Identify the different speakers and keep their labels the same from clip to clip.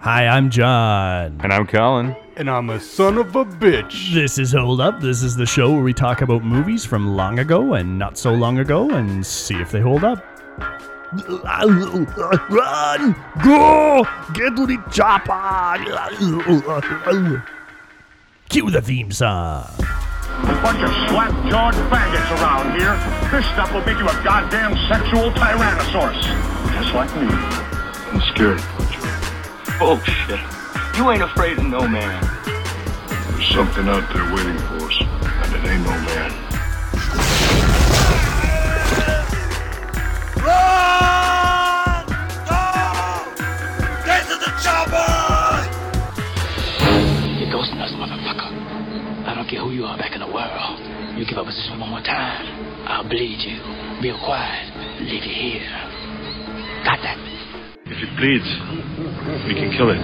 Speaker 1: Hi, I'm John.
Speaker 2: And I'm Colin.
Speaker 3: And I'm a son of a bitch.
Speaker 1: This is Hold Up. This is the show where we talk about movies from long ago and not so long ago and see if they hold up. Run! Go! Get to the chopper! Cue the theme song.
Speaker 4: bunch of slap-jawed faggots around here. This stuff will make you a goddamn sexual tyrannosaurus. Just like me. I'm scared.
Speaker 5: Bullshit. You ain't afraid of no man.
Speaker 4: There's something out there waiting for us, and it ain't no man.
Speaker 5: You're ghosting us, motherfucker. I don't care who you are back in the world. You give up just one more time, I'll bleed you. Real quiet. Leave you here. Got that?
Speaker 4: If it bleeds, we can kill it.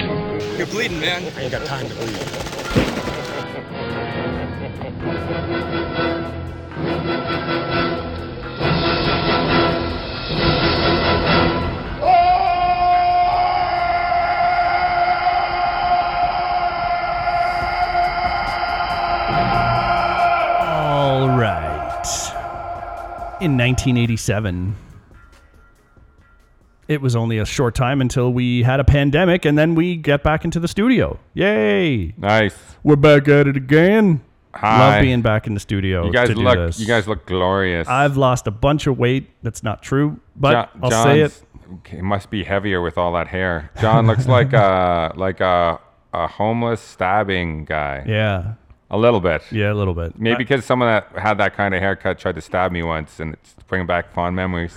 Speaker 1: All right. In 1987, it was only a short time until we had a pandemic, and then we get back into the studio. Yay!
Speaker 2: Nice.
Speaker 1: We're back at it again.
Speaker 2: Hi.
Speaker 1: Love being back in the studio.
Speaker 2: You guys
Speaker 1: to do
Speaker 2: look.
Speaker 1: this.
Speaker 2: You guys look glorious.
Speaker 1: I've lost a bunch of weight. That's not true, but
Speaker 2: Jo-
Speaker 1: I'll say it.
Speaker 2: John's- He must be heavier with all that hair. John looks like a like a a homeless stabbing guy.
Speaker 1: Yeah,
Speaker 2: A little bit.
Speaker 1: yeah, a little bit.
Speaker 2: Maybe because someone that had that kind of haircut tried to stab me once, and it's bringing back fond memories.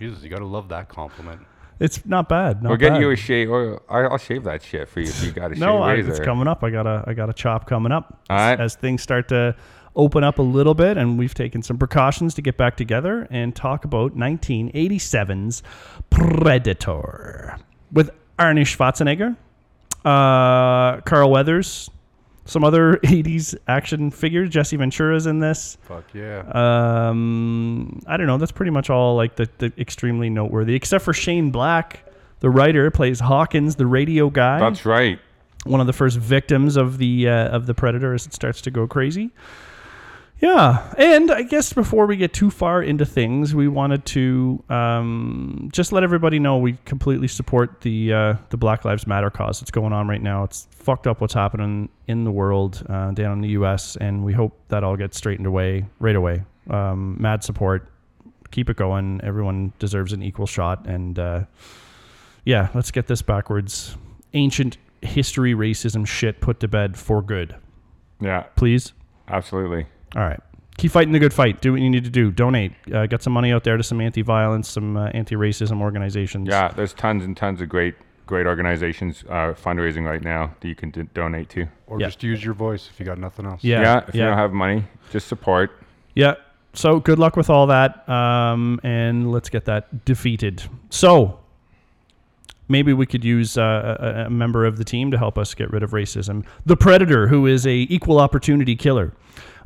Speaker 3: Jesus, you gotta love that compliment.
Speaker 1: it's not bad. Not
Speaker 2: We'll get
Speaker 1: bad.
Speaker 2: you a shave. Or I- I'll shave that shit for you if you got a
Speaker 1: no,
Speaker 2: shave
Speaker 1: I,
Speaker 2: razor.
Speaker 1: it's coming up. I got a I got a chop coming up.
Speaker 2: All right.
Speaker 1: As things start to open up a little bit, and we've taken some precautions to get back together and talk about 1987's Predator with Arnie Schwarzenegger, uh, Carl Weathers, some other 80s action figures. Jesse Ventura's in this.
Speaker 3: Fuck yeah.
Speaker 1: Um, I don't know. That's pretty much all like the, the extremely noteworthy, except for Shane Black. The writer plays Hawkins, the radio guy
Speaker 2: That's right.
Speaker 1: one of the first victims of the uh, of the predator as it starts to go crazy. Yeah, and I guess before we get too far into things, we wanted to um, just let everybody know we completely support the uh, the Black Lives Matter cause that's going on right now. It's fucked up what's happening in the world uh, down in the U.S., and we hope that all gets straightened away right away. Um, mad support, keep it going. Everyone deserves an equal shot, and uh, yeah, let's get this backwards. Ancient history racism shit put to bed for good,
Speaker 2: Yeah,
Speaker 1: please.
Speaker 2: absolutely.
Speaker 1: All right. Keep fighting the good fight. Do what you need to do. Donate. Uh, get some money out there to some anti violence, some uh, anti racism organizations.
Speaker 2: Yeah, there's tons and tons of great great organizations uh, fundraising right now that you can d- donate to.
Speaker 3: or
Speaker 1: yeah.
Speaker 3: just use your voice if you got nothing else.
Speaker 1: Yeah.
Speaker 2: Yeah, if you
Speaker 1: yeah.
Speaker 2: don't have money, just support.
Speaker 1: Yeah. So good luck with all that. Um, and let's get that defeated. So maybe we could use uh, a- a, a member of the team to help us get rid of racism. The Predator, who is a equal opportunity killer.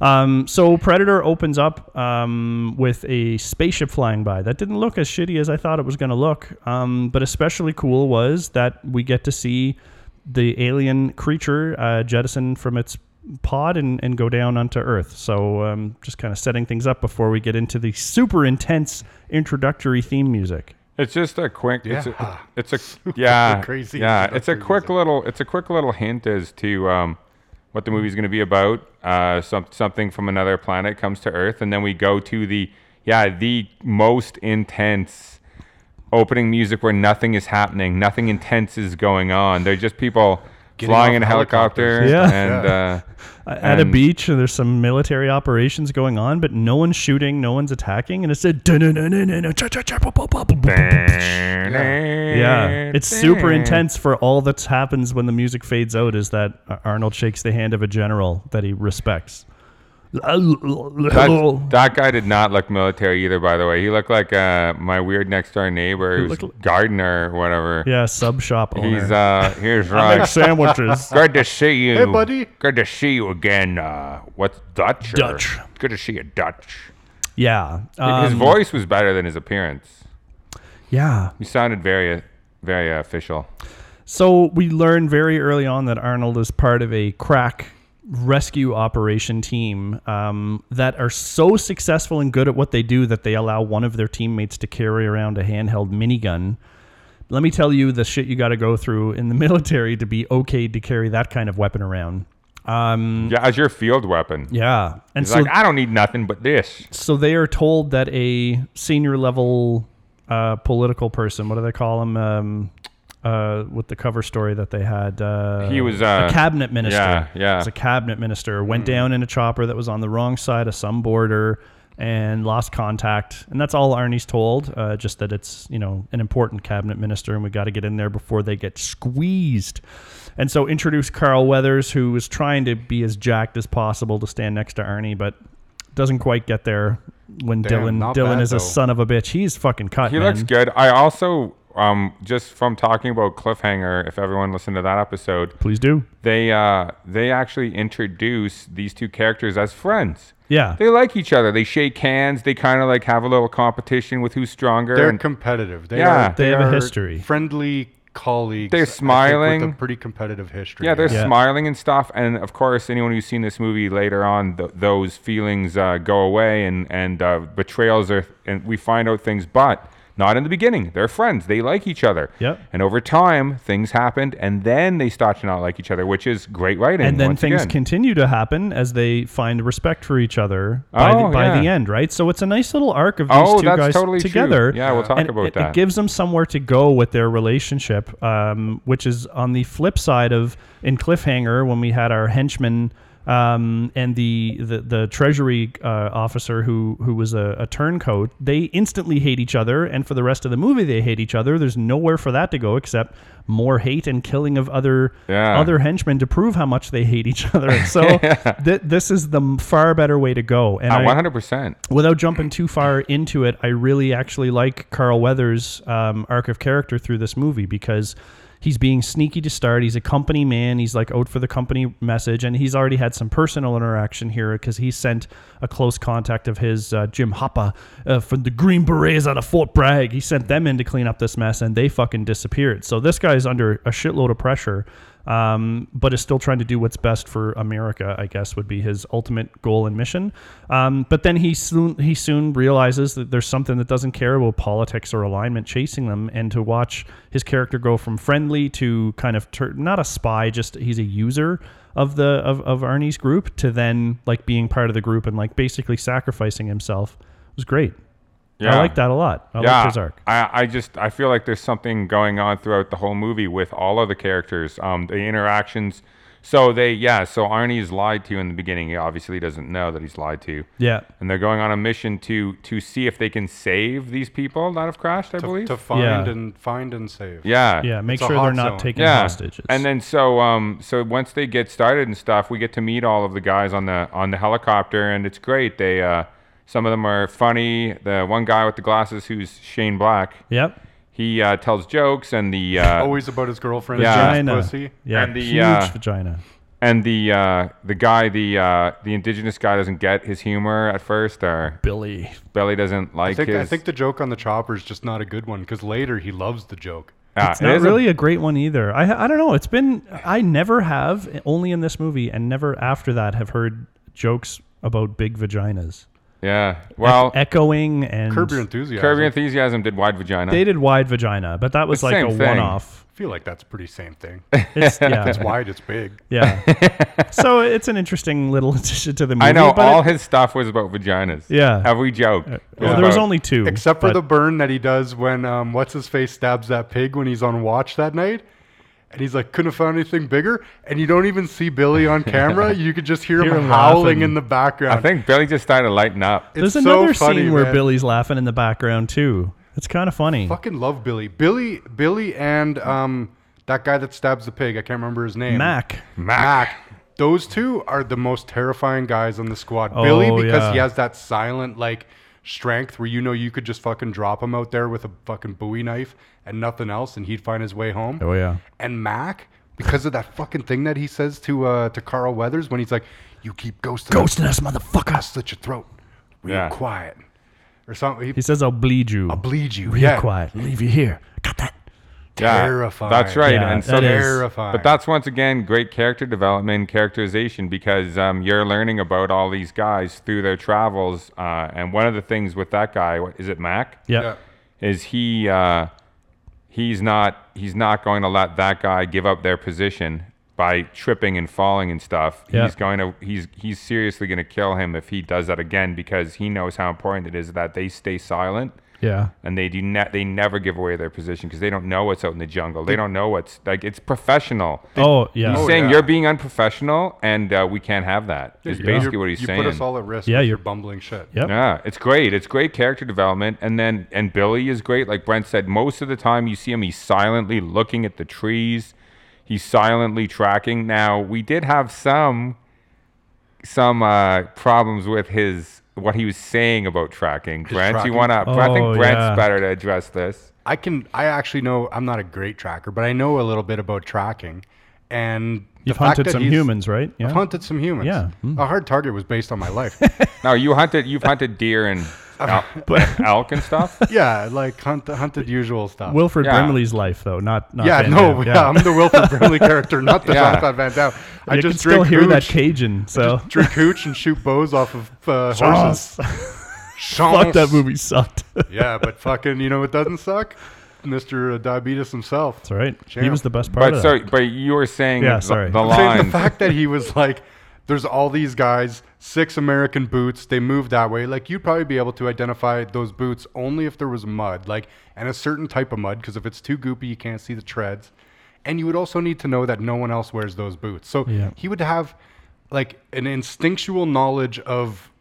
Speaker 1: Um, so Predator opens up um, with a spaceship flying by. That didn't look as shitty as I thought it was going to look. Um, but especially cool was that we get to see the alien creature uh, jettison from its pod and, and go down onto Earth. So um, just kind of setting things up before we get into the super intense introductory theme music.
Speaker 2: It's just a quick.
Speaker 3: Yeah.
Speaker 2: It's a, it's a yeah.
Speaker 3: crazy
Speaker 2: Yeah, it's a
Speaker 3: introductory
Speaker 2: quick
Speaker 3: music.
Speaker 2: little. It's a quick little hint as to um, what the movie's going to be about. Uh, some something from another planet comes to Earth, and then we go to the yeah the most intense opening music where nothing is happening, nothing intense is going on. They're just people
Speaker 3: Getting
Speaker 2: flying
Speaker 3: off
Speaker 2: in a helicopter
Speaker 3: helicopters.
Speaker 1: Yeah.
Speaker 2: and. Uh,
Speaker 1: at a
Speaker 2: And-
Speaker 1: beach and there's some military operations going on, but no one's shooting, no one's attacking, and it's a yeah, it's super intense for all that happens when the music fades out. Is that uh, Arnold shakes the hand of a general that he respects?
Speaker 2: That, that guy did not look military either, by the way. He looked like uh, my weird next door neighbor, who's
Speaker 1: looked-
Speaker 2: gardener or whatever.
Speaker 1: Yeah, sub shop owner.
Speaker 2: He's uh, here's
Speaker 1: I
Speaker 2: right.
Speaker 1: make sandwiches.
Speaker 2: Good to see you.
Speaker 3: Hey, buddy.
Speaker 2: Good to see you again. Uh, what's Dutch? or-
Speaker 1: Dutch.
Speaker 2: Good to see you, Dutch.
Speaker 1: Yeah,
Speaker 2: his
Speaker 1: um,
Speaker 2: voice was better than his appearance.
Speaker 1: yeah.
Speaker 2: He sounded very, very uh, official.
Speaker 1: So we learn very early on that Arnold is part of a crack rescue operation team um, that are so successful and good at what they do that they allow one of their teammates to carry around a handheld minigun. Let me tell you the shit you got to go through in the military to be okay to carry that kind of weapon around.
Speaker 2: yeah, as your field weapon.
Speaker 1: Mm. Yeah, and
Speaker 2: It's
Speaker 1: so
Speaker 2: like I don't need nothing but this.
Speaker 1: so they are told that a senior level uh, political person, what do they call him? Um, uh, with the cover story that they had, uh,
Speaker 2: He was, uh,
Speaker 1: a cabinet minister.
Speaker 2: yeah, yeah. Hmm.
Speaker 1: He was a cabinet minister. Went down in a chopper that was on the wrong side of some border and lost contact. And that's all Arnie's told. Uh, just that it's you know an important cabinet minister, and we got to get in there before they get squeezed. And so introduce Carl Weathers, who was trying to be as jacked as possible to stand next to Arnie, but doesn't quite get there when
Speaker 3: Damn,
Speaker 1: Dylan
Speaker 3: not
Speaker 1: Dylan
Speaker 3: bad,
Speaker 1: is a
Speaker 3: though.
Speaker 1: son of a bitch. He's fucking cut.
Speaker 2: He
Speaker 1: man.
Speaker 2: looks good. I also um just from talking about cliffhanger. If everyone listened to that episode,
Speaker 1: Please do.
Speaker 2: they uh they actually introduce these two characters as friends.
Speaker 1: Yeah.
Speaker 2: They like each other. They shake hands. They kind of like have a little competition with who's stronger.
Speaker 3: They're
Speaker 2: and
Speaker 3: competitive. They
Speaker 2: Yeah.
Speaker 3: are,
Speaker 1: They have a
Speaker 3: are
Speaker 1: history.
Speaker 3: Friendly colleagues.
Speaker 2: They're
Speaker 3: I think, with
Speaker 2: smiling.
Speaker 3: a pretty competitive history.
Speaker 2: yeah, they're
Speaker 1: Yeah.
Speaker 2: smiling and stuff. And of course, anyone who's seen this movie later on, th- those feelings uh, go away and and uh, betrayals are. And we find out things, but not in the beginning. They're friends. They like each other.
Speaker 1: Yep.
Speaker 2: And over time, things happened, and then they start to not like each other, which is great writing.
Speaker 1: and then
Speaker 2: once
Speaker 1: things
Speaker 2: again.
Speaker 1: continue to happen as they find respect for each other by,
Speaker 2: Oh,
Speaker 1: the, by
Speaker 2: yeah.
Speaker 1: the end, right? So it's a nice little arc of these
Speaker 2: Oh,
Speaker 1: two
Speaker 2: that's
Speaker 1: guys
Speaker 2: totally true.
Speaker 1: together.
Speaker 2: Yeah, we'll talk
Speaker 1: and
Speaker 2: about
Speaker 1: it,
Speaker 2: that.
Speaker 1: It gives them somewhere to go with their relationship, um, which is on the flip side of in Cliffhanger when we had our henchman. Um, and the, the, the treasury uh, officer who, who was a, a turncoat, they instantly hate each other. And for the rest of the movie, they hate each other. There's nowhere for that to go except more hate and killing of other
Speaker 2: Yeah.
Speaker 1: other henchmen to prove how much they hate each other. So th- this is the m- far better way to go. And
Speaker 2: Uh,
Speaker 1: I-
Speaker 2: 100%.
Speaker 1: without jumping too far into it, I really actually like Carl Weathers' um, arc of character through this movie because he's being sneaky to start. He's a company man. He's like out for the company message, and he's already had some personal interaction here because he sent a close contact of his, uh, Jim Hoppa, uh, from the Green Berets out of Fort Bragg. He sent them in to clean up this mess, and they fucking disappeared. So this guy's under a shitload of pressure. Um, but is still trying to do what's best for America. I guess would be his ultimate goal and mission. Um, but then he soon he soon realizes that there's something that doesn't care about politics or alignment chasing them, and to watch his character go from friendly to kind of tur not a spy, just he's a user of the of, of Arnie's group to then like being part of the group and like basically sacrificing himself was great. I
Speaker 2: Yeah.
Speaker 1: like that a lot. I like his arc.
Speaker 2: I, I just I feel like there's something going on throughout the whole movie with all of the characters, um, the interactions. So they yeah, so Arnie's lied to in the beginning. He obviously doesn't know that he's lied to.
Speaker 1: Yeah.
Speaker 2: And they're going on a mission to to see if they can save these people that have crashed, I
Speaker 3: to,
Speaker 2: believe.
Speaker 3: to find
Speaker 1: Yeah.
Speaker 3: and find and save.
Speaker 2: yeah.
Speaker 1: Yeah, make
Speaker 3: It's a
Speaker 1: sure they're
Speaker 3: hot
Speaker 1: not
Speaker 3: zone.
Speaker 1: taking
Speaker 2: Yeah.
Speaker 1: hostages.
Speaker 2: And then so um so once they get started and stuff, we get to meet all of the guys on the on the helicopter and it's great. They uh some of them are funny. The one guy with the glasses who's Shane Black.
Speaker 1: yep.
Speaker 2: He uh, tells jokes, and the uh,
Speaker 3: Always about his girlfriend.
Speaker 2: Yeah.
Speaker 3: Yeah.
Speaker 1: Vagina.
Speaker 3: Pussy.
Speaker 1: Yeah.
Speaker 2: Uh, And the,
Speaker 1: huge
Speaker 2: uh,
Speaker 1: vagina.
Speaker 2: and the uh, the guy, the uh, the indigenous guy, doesn't get his humor at first, or
Speaker 1: Billy.
Speaker 2: Billy doesn't like
Speaker 3: I think,
Speaker 2: his.
Speaker 3: I think the joke on the chopper is just not a good one because later he loves the joke.
Speaker 2: Yeah,
Speaker 1: It's
Speaker 2: uh, it
Speaker 1: not
Speaker 2: is a-
Speaker 1: really a, great one either. I I don't know. It's been I never have only in this movie and never after that have heard jokes about big vaginas.
Speaker 2: yeah. Well,
Speaker 1: Echoing and
Speaker 3: Curb your enthusiasm.
Speaker 2: Curb Your Enthusiasm did Wide Vagina.
Speaker 1: they did wide vagina, but that was
Speaker 2: It's the
Speaker 1: like a
Speaker 2: same thing.
Speaker 1: one-off.
Speaker 3: I feel like that's pretty same thing.
Speaker 1: It's, yeah,
Speaker 3: It's wide, it's big.
Speaker 1: yeah. so it's an interesting little addition to the movie.
Speaker 2: I know
Speaker 1: but
Speaker 2: all
Speaker 1: it-
Speaker 2: his stuff was about vaginas.
Speaker 1: Yeah.
Speaker 2: Every joke.
Speaker 1: well, there was
Speaker 2: about-
Speaker 1: only two,
Speaker 3: Except for
Speaker 1: but
Speaker 3: the burn that he does when um, what's his face stabs that pig when he's on watch that night. And he's like, couldn't have found anything bigger. And you don't even see Billy on camera. You could just hear,
Speaker 1: Hear
Speaker 3: him,
Speaker 1: him
Speaker 3: howling
Speaker 1: laughing.
Speaker 3: in the background.
Speaker 2: I think Billy just started lighting up.
Speaker 3: it's
Speaker 1: there's another
Speaker 3: so funny,
Speaker 1: scene where
Speaker 3: man.
Speaker 1: Billy's laughing in the background too. It's kind of funny.
Speaker 3: Fucking love Billy. Billy, Billy, and um, that guy that stabs the pig. I can't remember his name.
Speaker 1: Mac.
Speaker 3: Mac. Those two are the most terrifying guys on the squad. Billy,
Speaker 1: Oh,
Speaker 3: because he
Speaker 1: yeah.
Speaker 3: has that silent, like, strength where you know you could just fucking drop him out there with a fucking Bowie knife and nothing else, and he'd find his way home.
Speaker 1: Oh yeah.
Speaker 3: And Mac, because of that fucking thing that he says to uh, to Carl Weathers when he's like, "You keep ghosting, us,
Speaker 1: Ghosting us,
Speaker 3: I'll
Speaker 1: motherfucker.
Speaker 3: slit your throat, real
Speaker 2: Yeah.
Speaker 3: quiet," or something. He,
Speaker 1: He says, "I'll bleed you.
Speaker 3: bleed you.
Speaker 1: Real
Speaker 3: yeah.
Speaker 1: quiet. Leave you here. Got that?
Speaker 2: Yeah,
Speaker 3: terrifying.
Speaker 2: That's right.
Speaker 1: Yeah,
Speaker 2: and
Speaker 1: that
Speaker 2: so
Speaker 1: is-
Speaker 3: terrifying.
Speaker 2: But that's once again great character development, and characterization, because um, you're learning about all these guys through their travels. Uh, and one of the things with that guy, what, is it Mac?
Speaker 1: Yeah.
Speaker 3: yeah.
Speaker 2: Is he? Uh, he's not. He's not going to let that guy give up their position by tripping and falling and stuff.
Speaker 1: Yeah.
Speaker 2: He's going to. He's he's seriously going to kill him if he does that again because he knows how important it is that they stay silent
Speaker 1: Yeah.
Speaker 2: and they do not they never give away their position because they don't know what's out in the jungle they don't know what's like it's professional
Speaker 1: Oh yeah.
Speaker 2: he's
Speaker 3: Oh,
Speaker 2: saying
Speaker 3: yeah.
Speaker 2: you're being unprofessional and uh, we can't have that is
Speaker 3: You-
Speaker 2: basically
Speaker 3: you-
Speaker 2: what he's
Speaker 3: you
Speaker 2: saying
Speaker 3: put us all at risk.
Speaker 1: Yeah,
Speaker 3: with
Speaker 1: you're-
Speaker 3: your bumbling shit.
Speaker 1: Yep.
Speaker 2: yeah it's great it's great character development and then and billy is great like brent said most of the time you see him he's silently looking at the trees he's silently tracking now we did have some some uh, problems with his what he was saying about tracking brent
Speaker 3: tracking?
Speaker 2: you want to i
Speaker 1: Oh,
Speaker 2: think brent's
Speaker 1: yeah.
Speaker 2: better to address this
Speaker 3: I can. I actually know. I'm not a great tracker, but I know a little bit about tracking. And
Speaker 1: You've
Speaker 3: the fact
Speaker 1: hunted
Speaker 3: that
Speaker 1: some
Speaker 3: he's-
Speaker 1: humans, right? Yeah.
Speaker 3: I've hunted some humans.
Speaker 1: Yeah. Hmm.
Speaker 3: A hard target was based on my life.
Speaker 2: No, you hunted. You've hunted deer and el- and elk and stuff.
Speaker 3: yeah, like hunt, hunted usual stuff.
Speaker 1: Wilfred
Speaker 2: Yeah.
Speaker 1: Brimley's life, though, not not.
Speaker 3: yeah,
Speaker 1: Van
Speaker 3: no,
Speaker 1: Damme.
Speaker 3: yeah. I'm the Wilfred Brimley character, not the
Speaker 2: Yeah.
Speaker 3: Jean-Claude Van Damme. I
Speaker 1: you
Speaker 3: just
Speaker 1: can still
Speaker 3: drink
Speaker 1: hear that
Speaker 3: hooch,
Speaker 1: Cajun. So
Speaker 3: drink hooch and shoot bows off of uh, horses.
Speaker 1: fuck that
Speaker 3: Chance.
Speaker 1: movie sucked. That's
Speaker 3: Yeah, but fucking, you know what doesn't suck? Mr. Diabetes himself.
Speaker 1: right. He
Speaker 3: Champ.
Speaker 1: was the best part
Speaker 2: But
Speaker 1: of
Speaker 2: sorry,
Speaker 1: that.
Speaker 2: but you were saying
Speaker 1: Yeah,
Speaker 2: the-
Speaker 1: sorry.
Speaker 2: the
Speaker 1: I'm
Speaker 3: I'm saying
Speaker 2: line.
Speaker 3: the fact that he was like, there's all these guys, six American boots, they move that way. Like, you'd probably be able to identify those boots only if there was mud, like, and a certain type of mud, because if it's too goopy, you can't see the treads. And you would also need to know that no one else wears those boots. So
Speaker 1: Yeah.
Speaker 3: he would have like an instinctual knowledge of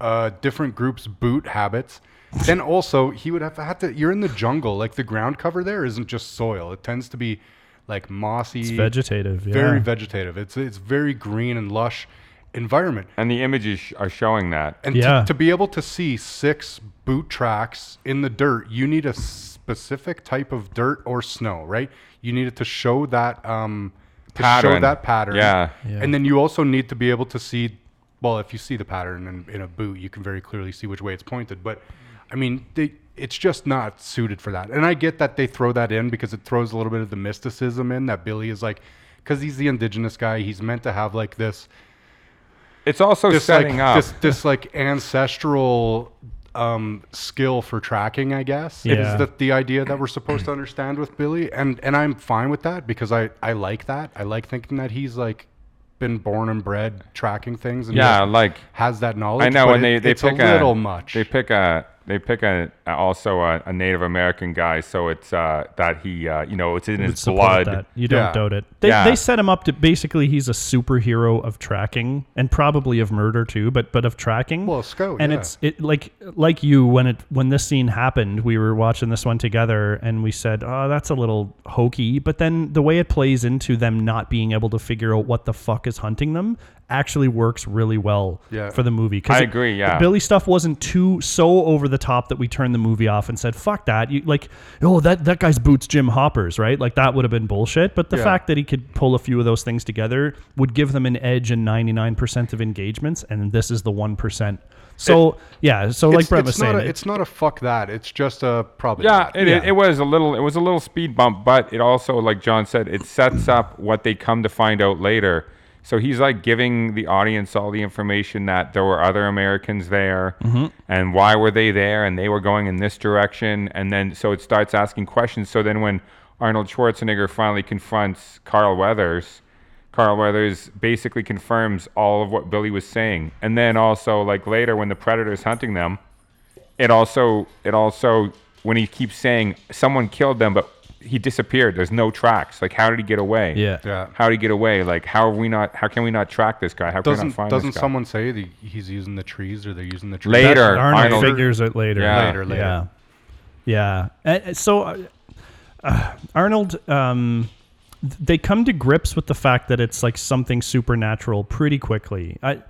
Speaker 3: uh, different groups' boot habits. Then also, he would have had to, you're in the jungle, like, the ground cover there isn't just soil, it tends to be like mossy
Speaker 1: It's vegetative. Yeah.
Speaker 3: very vegetative. It's it's very green and lush environment.
Speaker 2: and the images sh- are showing that.
Speaker 3: And
Speaker 1: Yeah.
Speaker 3: to, to be able to see six boot tracks in the dirt, you need a specific type of dirt or snow, right? You need it to show that um, to show
Speaker 2: Pattern.
Speaker 3: that pattern.
Speaker 2: Yeah.
Speaker 1: Yeah.
Speaker 3: And then you also need to be able to see. Well, if you see the pattern in, in a boot, you can very clearly see which way it's pointed. But I mean, they, it's just not suited for that. And I get that they throw that in because it throws a little bit of the mysticism in that Billy is like, because he's the indigenous guy, he's meant to have like this
Speaker 2: It's also
Speaker 3: this
Speaker 2: setting
Speaker 3: like
Speaker 2: up.
Speaker 3: this, this like ancestral um, skill for tracking, I guess.
Speaker 1: Yeah.
Speaker 3: Is that the idea that we're supposed to understand with Billy? And and I'm fine with that because I I like that. I like thinking that he's like been born and bred tracking things and
Speaker 2: yeah,
Speaker 3: just
Speaker 2: like
Speaker 3: has that knowledge.
Speaker 2: I know
Speaker 3: but
Speaker 2: when they
Speaker 3: it-
Speaker 2: they
Speaker 3: it's
Speaker 2: pick
Speaker 3: a little
Speaker 2: a,
Speaker 3: much.
Speaker 2: They pick a they pick a also a, a Native American guy, so it's uh, that he uh, you know it's in
Speaker 1: Would
Speaker 2: his
Speaker 1: support
Speaker 2: blood.
Speaker 1: that. You don't
Speaker 3: Yeah.
Speaker 1: doubt it. They,
Speaker 2: Yeah.
Speaker 1: they set him up to basically he's a superhero of tracking and probably of murder too, but but of tracking.
Speaker 3: Well, Sco,
Speaker 1: and
Speaker 3: yeah.
Speaker 1: it's it like like you when it when this scene happened, we were watching this one together and we said, "Oh, that's a little hokey." But then the way it plays into them not being able to figure out what the fuck is hunting them actually works really well
Speaker 3: Yeah.
Speaker 1: for the movie. 'Cause it-
Speaker 2: I agree,
Speaker 1: the
Speaker 2: yeah.
Speaker 1: Billy stuff wasn't too so over the top that we turned the movie off and said, "Fuck that!" You like, oh, that that guy's boots Jim Hoppers, right? Like that would have been bullshit. But the
Speaker 3: Yeah.
Speaker 1: fact that he could pull a few of those things together would give them an edge in ninety nine percent of engagements, and this is the one percent. So yeah, so like
Speaker 3: it's,
Speaker 1: Brett was
Speaker 3: it's not
Speaker 1: saying,
Speaker 3: a, it's not a fuck that. It's just a probably.
Speaker 2: Yeah, it,
Speaker 1: Yeah.
Speaker 2: It, it was a little it was a little speed bump, but it also like John said, it sets up what they come to find out later. So he's like giving the audience all the information that there were other Americans there and why were they there and they were going in this direction and then so it starts asking questions. So then when Arnold Schwarzenegger finally confronts Carl Weathers, Carl Weathers basically confirms all of what Billy was saying. And then also like later when the predator's hunting them, it also it also when he keeps saying someone killed them but he disappeared there's no tracks like how did he get away
Speaker 1: yeah,
Speaker 3: Yeah.
Speaker 2: how did he get away like how are we not how can we not track this guy how can we not
Speaker 3: Doesn't
Speaker 2: find
Speaker 3: doesn't
Speaker 2: this guy
Speaker 3: someone say that he's using the trees or they're using the trees?
Speaker 2: Later,
Speaker 1: That- Arnold,
Speaker 2: Arnold-
Speaker 1: figures it later.
Speaker 2: Yeah.
Speaker 3: Later, later.
Speaker 1: Yeah. Yeah. And- and so uh, uh, Arnold, um, th- they come to grips with the fact that it's like something supernatural pretty quickly. I,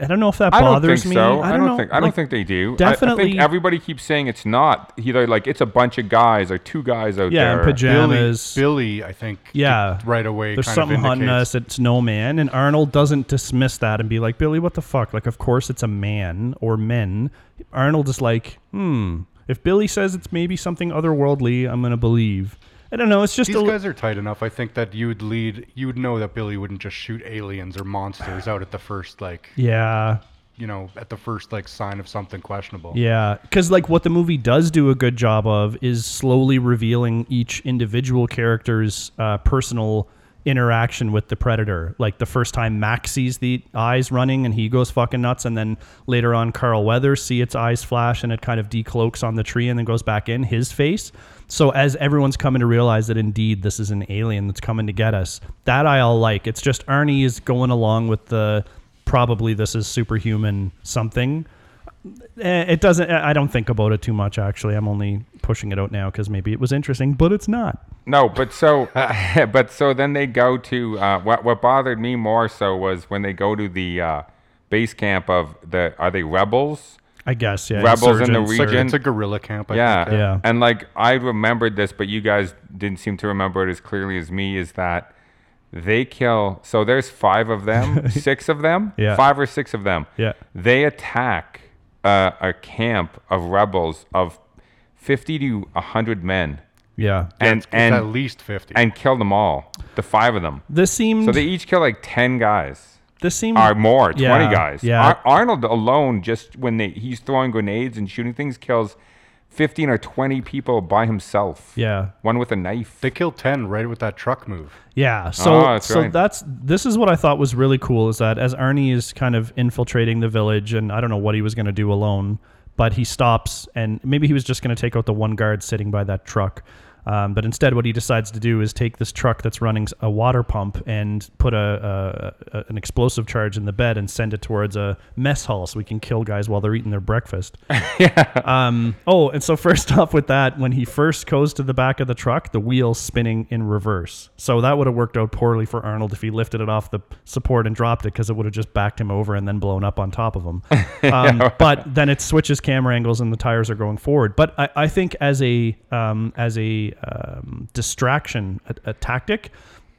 Speaker 1: I don't know if that
Speaker 2: I don't
Speaker 1: bothers
Speaker 2: think
Speaker 1: me.
Speaker 2: so. I don't,
Speaker 1: know.
Speaker 2: think. I don't
Speaker 1: Like,
Speaker 2: think they do. I- I,
Speaker 1: definitely-
Speaker 2: think everybody keeps saying it's not. Either like it's a bunch of guys or two guys out
Speaker 1: Yeah,
Speaker 2: there.
Speaker 1: and pajamas.
Speaker 3: Billy, Billy, I think.
Speaker 1: yeah,
Speaker 3: Right away.
Speaker 1: There's
Speaker 3: kind
Speaker 1: something
Speaker 3: of
Speaker 1: hunting
Speaker 3: indicates-
Speaker 1: us. It's no man, and Arnold doesn't dismiss that and be like, "Billy, what the fuck?" Like, of course it's a man or men. Arnold is like, "Hmm, if Billy says it's maybe something otherworldly, I'm gonna believe." I don't know. It's just
Speaker 3: These
Speaker 1: a li-
Speaker 3: guys are tight enough. I think that you'd lead. You'd know that Billy wouldn't just shoot aliens or monsters out at the first like
Speaker 1: yeah,
Speaker 3: you know at the first like sign of something questionable.
Speaker 1: yeah. Because like what the movie does do a good job of is slowly revealing each individual character's uh, personal interaction with the predator. Like the first time Max sees the eyes running and he goes fucking nuts, and then later on Carl Weathers see its eyes flash and it kind of decloaks on the tree and then goes back in his face. So as everyone's coming to realize that indeed this is an alien that's coming to get us, that I all like. It's just Arnie is going along with the probably this is superhuman something. Eh, It doesn't. I don't think about it too much. Actually, I'm only pushing it out now because maybe it was interesting, but it's not.
Speaker 2: No, but so, but so then they go to uh, what what bothered me more so was when they go to the uh, base camp of the are they rebels?
Speaker 1: I guess. Yeah.
Speaker 2: Rebels in the
Speaker 1: insurgents.
Speaker 3: It's like,
Speaker 2: region.
Speaker 3: it's a gorilla camp. I
Speaker 2: yeah.
Speaker 3: Think,
Speaker 1: Yeah.
Speaker 2: And like I remembered this, but you guys didn't seem to remember it as clearly as me. Is that they kill? So there's five of them, six of them,
Speaker 1: Yeah.
Speaker 2: five or six of them.
Speaker 1: Yeah.
Speaker 2: They attack uh, a camp of rebels of fifty to hundred men,
Speaker 1: Yeah.
Speaker 2: and and
Speaker 3: And, at least fifty.
Speaker 2: and kill them all, the five of them.
Speaker 1: This seemed.
Speaker 2: So they each kill like ten guys
Speaker 1: this seemed.
Speaker 2: or more,
Speaker 1: Mm. Yeah,
Speaker 2: twenty guys.
Speaker 1: yeah.
Speaker 2: Ar- Arnold alone, just when they he's throwing grenades and shooting things, kills fifteen or twenty people by himself.
Speaker 1: yeah.
Speaker 2: one with a knife.
Speaker 3: they killed ten right with that truck move.
Speaker 1: Yeah. So
Speaker 2: Oh, that's
Speaker 1: so
Speaker 2: right.
Speaker 1: that's this is what I thought was really cool is that as Ernie is kind of infiltrating the village and I don't know what he was going to do alone, but he stops and maybe he was just going to take out the one guard sitting by that truck. Um, but instead, what he decides to do is take this truck that's running s- a water pump and put a, a, a an explosive charge in the bed and send it towards a mess hall so we can kill guys while they're eating their breakfast. Oh, and so first off with that, when he first goes to the back of the truck, the wheel's spinning in reverse. So that would have worked out poorly for Arnold if he lifted it off the support and dropped it because it would have just backed him over and then blown up on top of him. Um, but then it switches camera angles and the tires are going forward. But I, I think as a um, as a um, distraction, a, a tactic,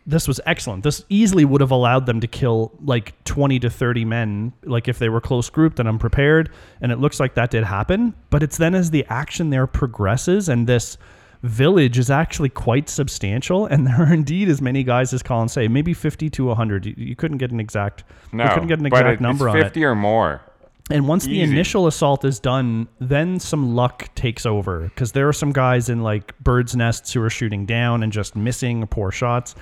Speaker 1: this was excellent. This easily would have allowed them to kill like 20 to 30 men, like if they were close grouped and unprepared. And it looks like that did happen. But it's then as the action there progresses and this village is actually quite substantial and there are indeed as many guys as Colin say maybe 50 to 100 you, you couldn't get an exact
Speaker 2: no,
Speaker 1: you couldn't get an
Speaker 2: but
Speaker 1: exact
Speaker 2: it- it's
Speaker 1: number on it
Speaker 2: Fifty or more.
Speaker 1: and once the
Speaker 2: Easy.
Speaker 1: initial assault is done, then some luck takes over because there are some guys in like birds' nests who are shooting down and just missing poor shots.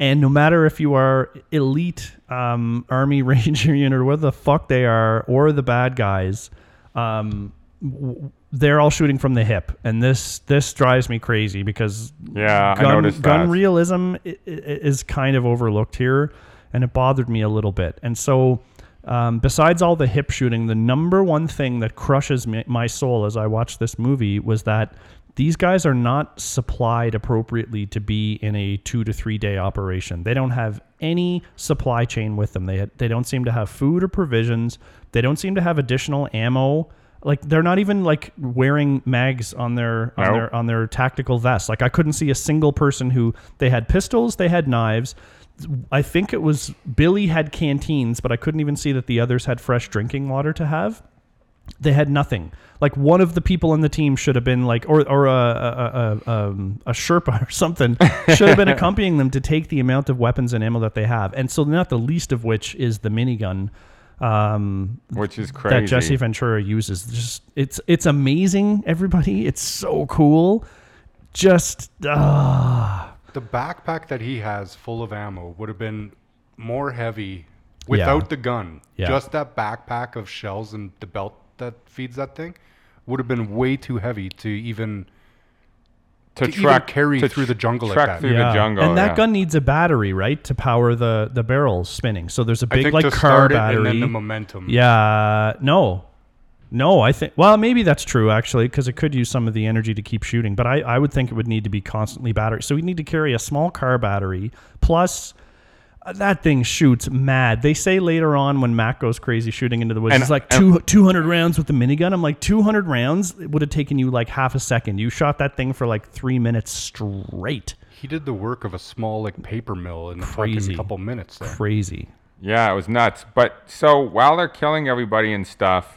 Speaker 1: And no matter if you are elite um, army ranger unit or what the fuck they are, or the bad guys, um, w- they're all shooting from the hip, and this this drives me crazy because
Speaker 2: Yeah, Uh, I
Speaker 1: gun,
Speaker 2: noticed
Speaker 1: gun
Speaker 2: that.
Speaker 1: realism i- i- is kind of overlooked here, and it bothered me a little bit. And so, um, besides all the hip shooting, the number one thing that crushes me, my soul as I watched this movie was that these guys are not supplied appropriately to be in a two to three day operation. They don't have any supply chain with them. They they don't seem to have food or provisions. They don't seem to have additional ammo. Like they're not even like wearing mags on their on
Speaker 2: No.
Speaker 1: their on their tactical vests. Like I couldn't see a single person who they had pistols, they had knives. I think it was Billy had canteens, but I couldn't even see that the others had fresh drinking water to have. They had nothing. Like one of the people on the team should have been like, or or a a, a, um, a Sherpa or something should have been accompanying them to take the amount of weapons and ammo that they have, and so not the least of which is the minigun. Um,
Speaker 2: Which is crazy.
Speaker 1: that Jesse Ventura uses. Just it's it's amazing, everybody. It's so cool. Just ah,
Speaker 3: The backpack that he has full of ammo would have been more heavy without the gun.
Speaker 1: Yeah.
Speaker 3: Just that backpack of shells and the belt that feeds that thing would have been way too heavy to even.
Speaker 2: to
Speaker 3: to even carry through the jungle like
Speaker 2: trek
Speaker 3: that.
Speaker 2: through the jungle.
Speaker 1: and that
Speaker 2: yeah.
Speaker 1: gun needs a battery, right, to power the the barrels spinning. So there's a
Speaker 3: I
Speaker 1: big
Speaker 3: think
Speaker 1: like
Speaker 3: to
Speaker 1: car
Speaker 3: start
Speaker 1: battery.
Speaker 3: it and then the momentum.
Speaker 1: Yeah, no. No, I think well, maybe that's true actually because it could use some of the energy to keep shooting, but I, I would think it would need to be constantly battery. So we need to carry a small car battery plus uh, that thing shoots mad. They say later on when Mac goes crazy shooting into the woods,
Speaker 2: And-
Speaker 1: it's like
Speaker 2: and-
Speaker 1: two, 200 rounds with the minigun. I'm like 200 rounds it would have taken you like half a second. You shot that thing for like 3 minutes straight.
Speaker 3: He did the work of a small like paper mill in a
Speaker 1: Crazy.
Speaker 3: fucking couple minutes there.
Speaker 1: Crazy.
Speaker 2: Yeah, it was nuts. But so while they're killing everybody and stuff,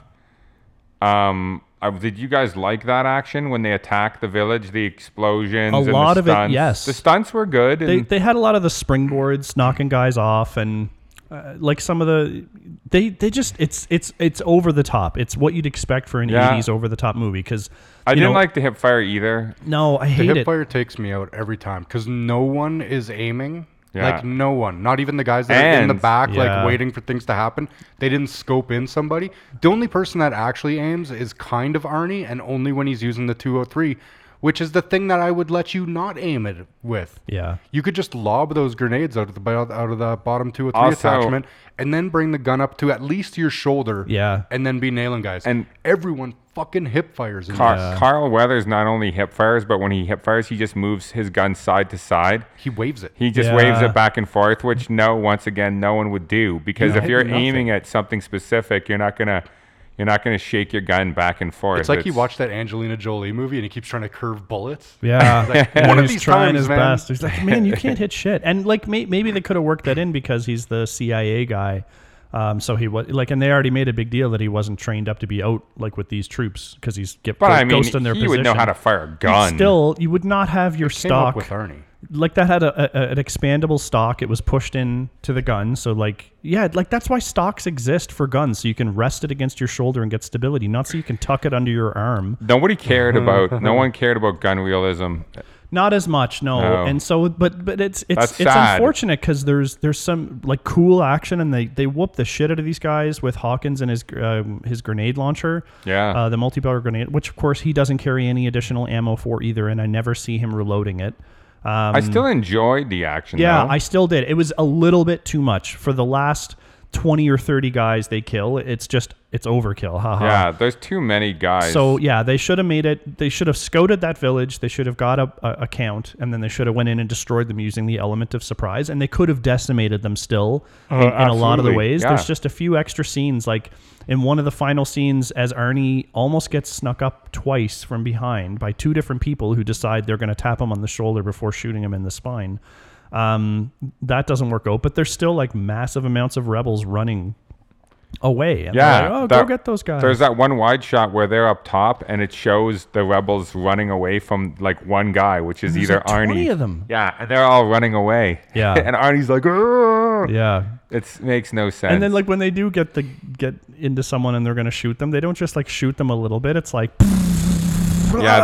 Speaker 2: um, uh, did you guys like that action when they attack the village? The explosions,
Speaker 1: A
Speaker 2: and the
Speaker 1: lot of it,
Speaker 2: stunts?
Speaker 1: yes.
Speaker 2: The stunts were good.
Speaker 1: they,
Speaker 2: and-
Speaker 1: they had a lot of the springboards knocking guys off and uh, like some of the they they just it's it's it's over the top it's what you'd expect for an
Speaker 2: Yeah.
Speaker 1: 80s over the top movie because
Speaker 2: I didn't like the hip fire either.
Speaker 1: no i
Speaker 3: The
Speaker 1: hate it
Speaker 3: hipfire takes me out every time because no one is aiming.
Speaker 2: Yeah.
Speaker 3: Like no one, not even the guys that are in the
Speaker 2: And-
Speaker 3: back,
Speaker 1: Yeah.
Speaker 3: like waiting for things to happen. They didn't scope in somebody. The only person that actually aims is kind of Arnie, and only when he's using the 203, which is the thing that I would let you not aim it with.
Speaker 1: yeah
Speaker 3: You could just lob those grenades out of the bo- out of the bottom two or three
Speaker 2: Also-
Speaker 3: attachment, and then bring the gun up to at least your shoulder.
Speaker 1: Yeah.
Speaker 3: and then be nailing guys.
Speaker 2: And-
Speaker 3: everyone fucking hip fires. In
Speaker 2: Car-
Speaker 3: this.
Speaker 2: Carl Weathers not only hip fires, but when he hip fires, he just moves his gun side to side.
Speaker 3: He waves it.
Speaker 2: He just waves
Speaker 1: Yeah.
Speaker 2: it back and forth, which no, once again, no one would do because if you're
Speaker 3: nothing.
Speaker 2: aiming at something specific, you're not gonna, you're not gonna shake your gun back and forth.
Speaker 3: It's like he watched that Angelina Jolie movie and he keeps trying to curve bullets.
Speaker 1: yeah
Speaker 3: One
Speaker 1: And
Speaker 3: of
Speaker 1: he's
Speaker 3: these
Speaker 1: trying
Speaker 3: times,
Speaker 1: his
Speaker 3: man.
Speaker 1: best he's like man you can't hit shit and like may, maybe they could have worked that in because he's the cia guy um, so he was like, and they already made a big deal that he wasn't trained up to be out like with these troops because he's get
Speaker 2: But
Speaker 1: ghost,
Speaker 2: I mean,
Speaker 1: in their
Speaker 2: he
Speaker 1: position.
Speaker 2: would know how to fire a gun.
Speaker 1: Still, you would not have your
Speaker 3: Came up
Speaker 1: stock
Speaker 3: with Arnie.
Speaker 1: like that had a, a an expandable stock. It was pushed in to the gun, so like yeah, like that's why stocks exist for guns, so you can rest it against your shoulder and get stability, not so you can tuck it under your arm.
Speaker 2: nobody cared about. no one cared about gun realism.
Speaker 1: Not as much, no.
Speaker 2: No.
Speaker 1: And so, but but it's it's
Speaker 2: That's
Speaker 1: it's
Speaker 2: sad.
Speaker 1: unfortunate because there's there's some like cool action, and they they whoop the shit out of these guys with Hawkins and his um, his grenade launcher.
Speaker 2: Yeah.
Speaker 1: uh, the multi-barrel grenade, which of course he doesn't carry any additional ammo for either, and I never see him reloading it. Um,
Speaker 2: I still enjoyed the action.
Speaker 1: Yeah,
Speaker 2: though.
Speaker 1: I still did. It was a little bit too much for the last twenty or thirty guys they kill. It's just it's overkill. Haha.
Speaker 2: yeah. There's too many guys.
Speaker 1: So yeah, they should have made it. They should have scouted that village. They should have got a, a, a count, and then they should have went in and destroyed them using the element of surprise. And they could have decimated them still in, in a lot of the
Speaker 2: Uh, absolutely,
Speaker 1: ways. There's
Speaker 2: yeah.
Speaker 1: just a few extra scenes, like in one of the final scenes, as Arnie almost gets snuck up twice from behind by two different people who decide they're going to tap him on the shoulder before shooting him in the spine. Um, that doesn't work out, but there's still like massive amounts of rebels running away. And they're
Speaker 2: Yeah.
Speaker 1: like, oh,
Speaker 2: that-
Speaker 1: go get those guys.
Speaker 2: There's that one wide shot where they're up top and it shows the rebels running away from like one guy, which is either
Speaker 1: like
Speaker 2: Arnie.
Speaker 1: 20 of them.
Speaker 2: Yeah, and they're all running away.
Speaker 1: Yeah.
Speaker 2: and Arnie's like,
Speaker 1: yeah.
Speaker 2: it makes no sense.
Speaker 1: And then like when they do get the get into someone and they're gonna shoot them, they don't just like shoot them a little bit. It's like
Speaker 2: yeah,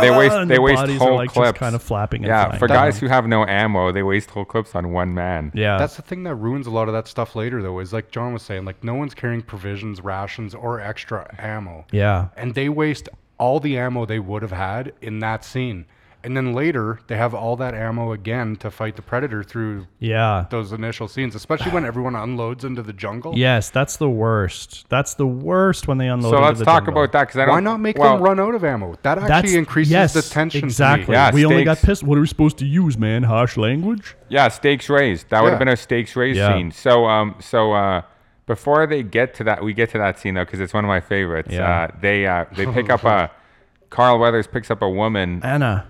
Speaker 2: they waste
Speaker 1: and
Speaker 2: they
Speaker 1: the
Speaker 2: waste
Speaker 1: bodies
Speaker 2: whole
Speaker 1: are like
Speaker 2: clips.
Speaker 1: just kind of flapping. And
Speaker 2: yeah,
Speaker 1: flying.
Speaker 2: for guys who have no ammo, they waste whole clips on one man.
Speaker 1: yeah,
Speaker 3: That's the thing that ruins a lot of that stuff later, though, is like John was saying, like no one's carrying provisions, rations, or extra ammo.
Speaker 1: yeah,
Speaker 3: And they waste all the ammo they would have had in that scene. And then later, they have all that ammo again to fight the predator through
Speaker 1: yeah.
Speaker 3: those initial scenes, especially when everyone unloads into the jungle.
Speaker 1: Yes, that's the worst. That's the worst when they unload.
Speaker 2: So
Speaker 1: into
Speaker 2: let's
Speaker 1: the
Speaker 2: talk
Speaker 1: jungle.
Speaker 2: about that because I don't.
Speaker 3: Why not make
Speaker 2: well,
Speaker 3: them run out of ammo? That actually
Speaker 1: That's
Speaker 3: increases
Speaker 1: yes,
Speaker 3: the tension. to me.
Speaker 1: Exactly.
Speaker 2: Yeah,
Speaker 1: we only got
Speaker 2: stakes.
Speaker 1: pissed. What are we supposed to use, man? Harsh language.
Speaker 2: Yeah, stakes raised. That would
Speaker 3: Yeah.
Speaker 2: have been a stakes raised
Speaker 1: Yeah.
Speaker 2: scene. So um so uh before they get to that we get to that scene though because it's one of my favorites.
Speaker 1: Yeah.
Speaker 2: Uh, they uh they pick up a Carl Weathers picks up a woman
Speaker 1: Anna.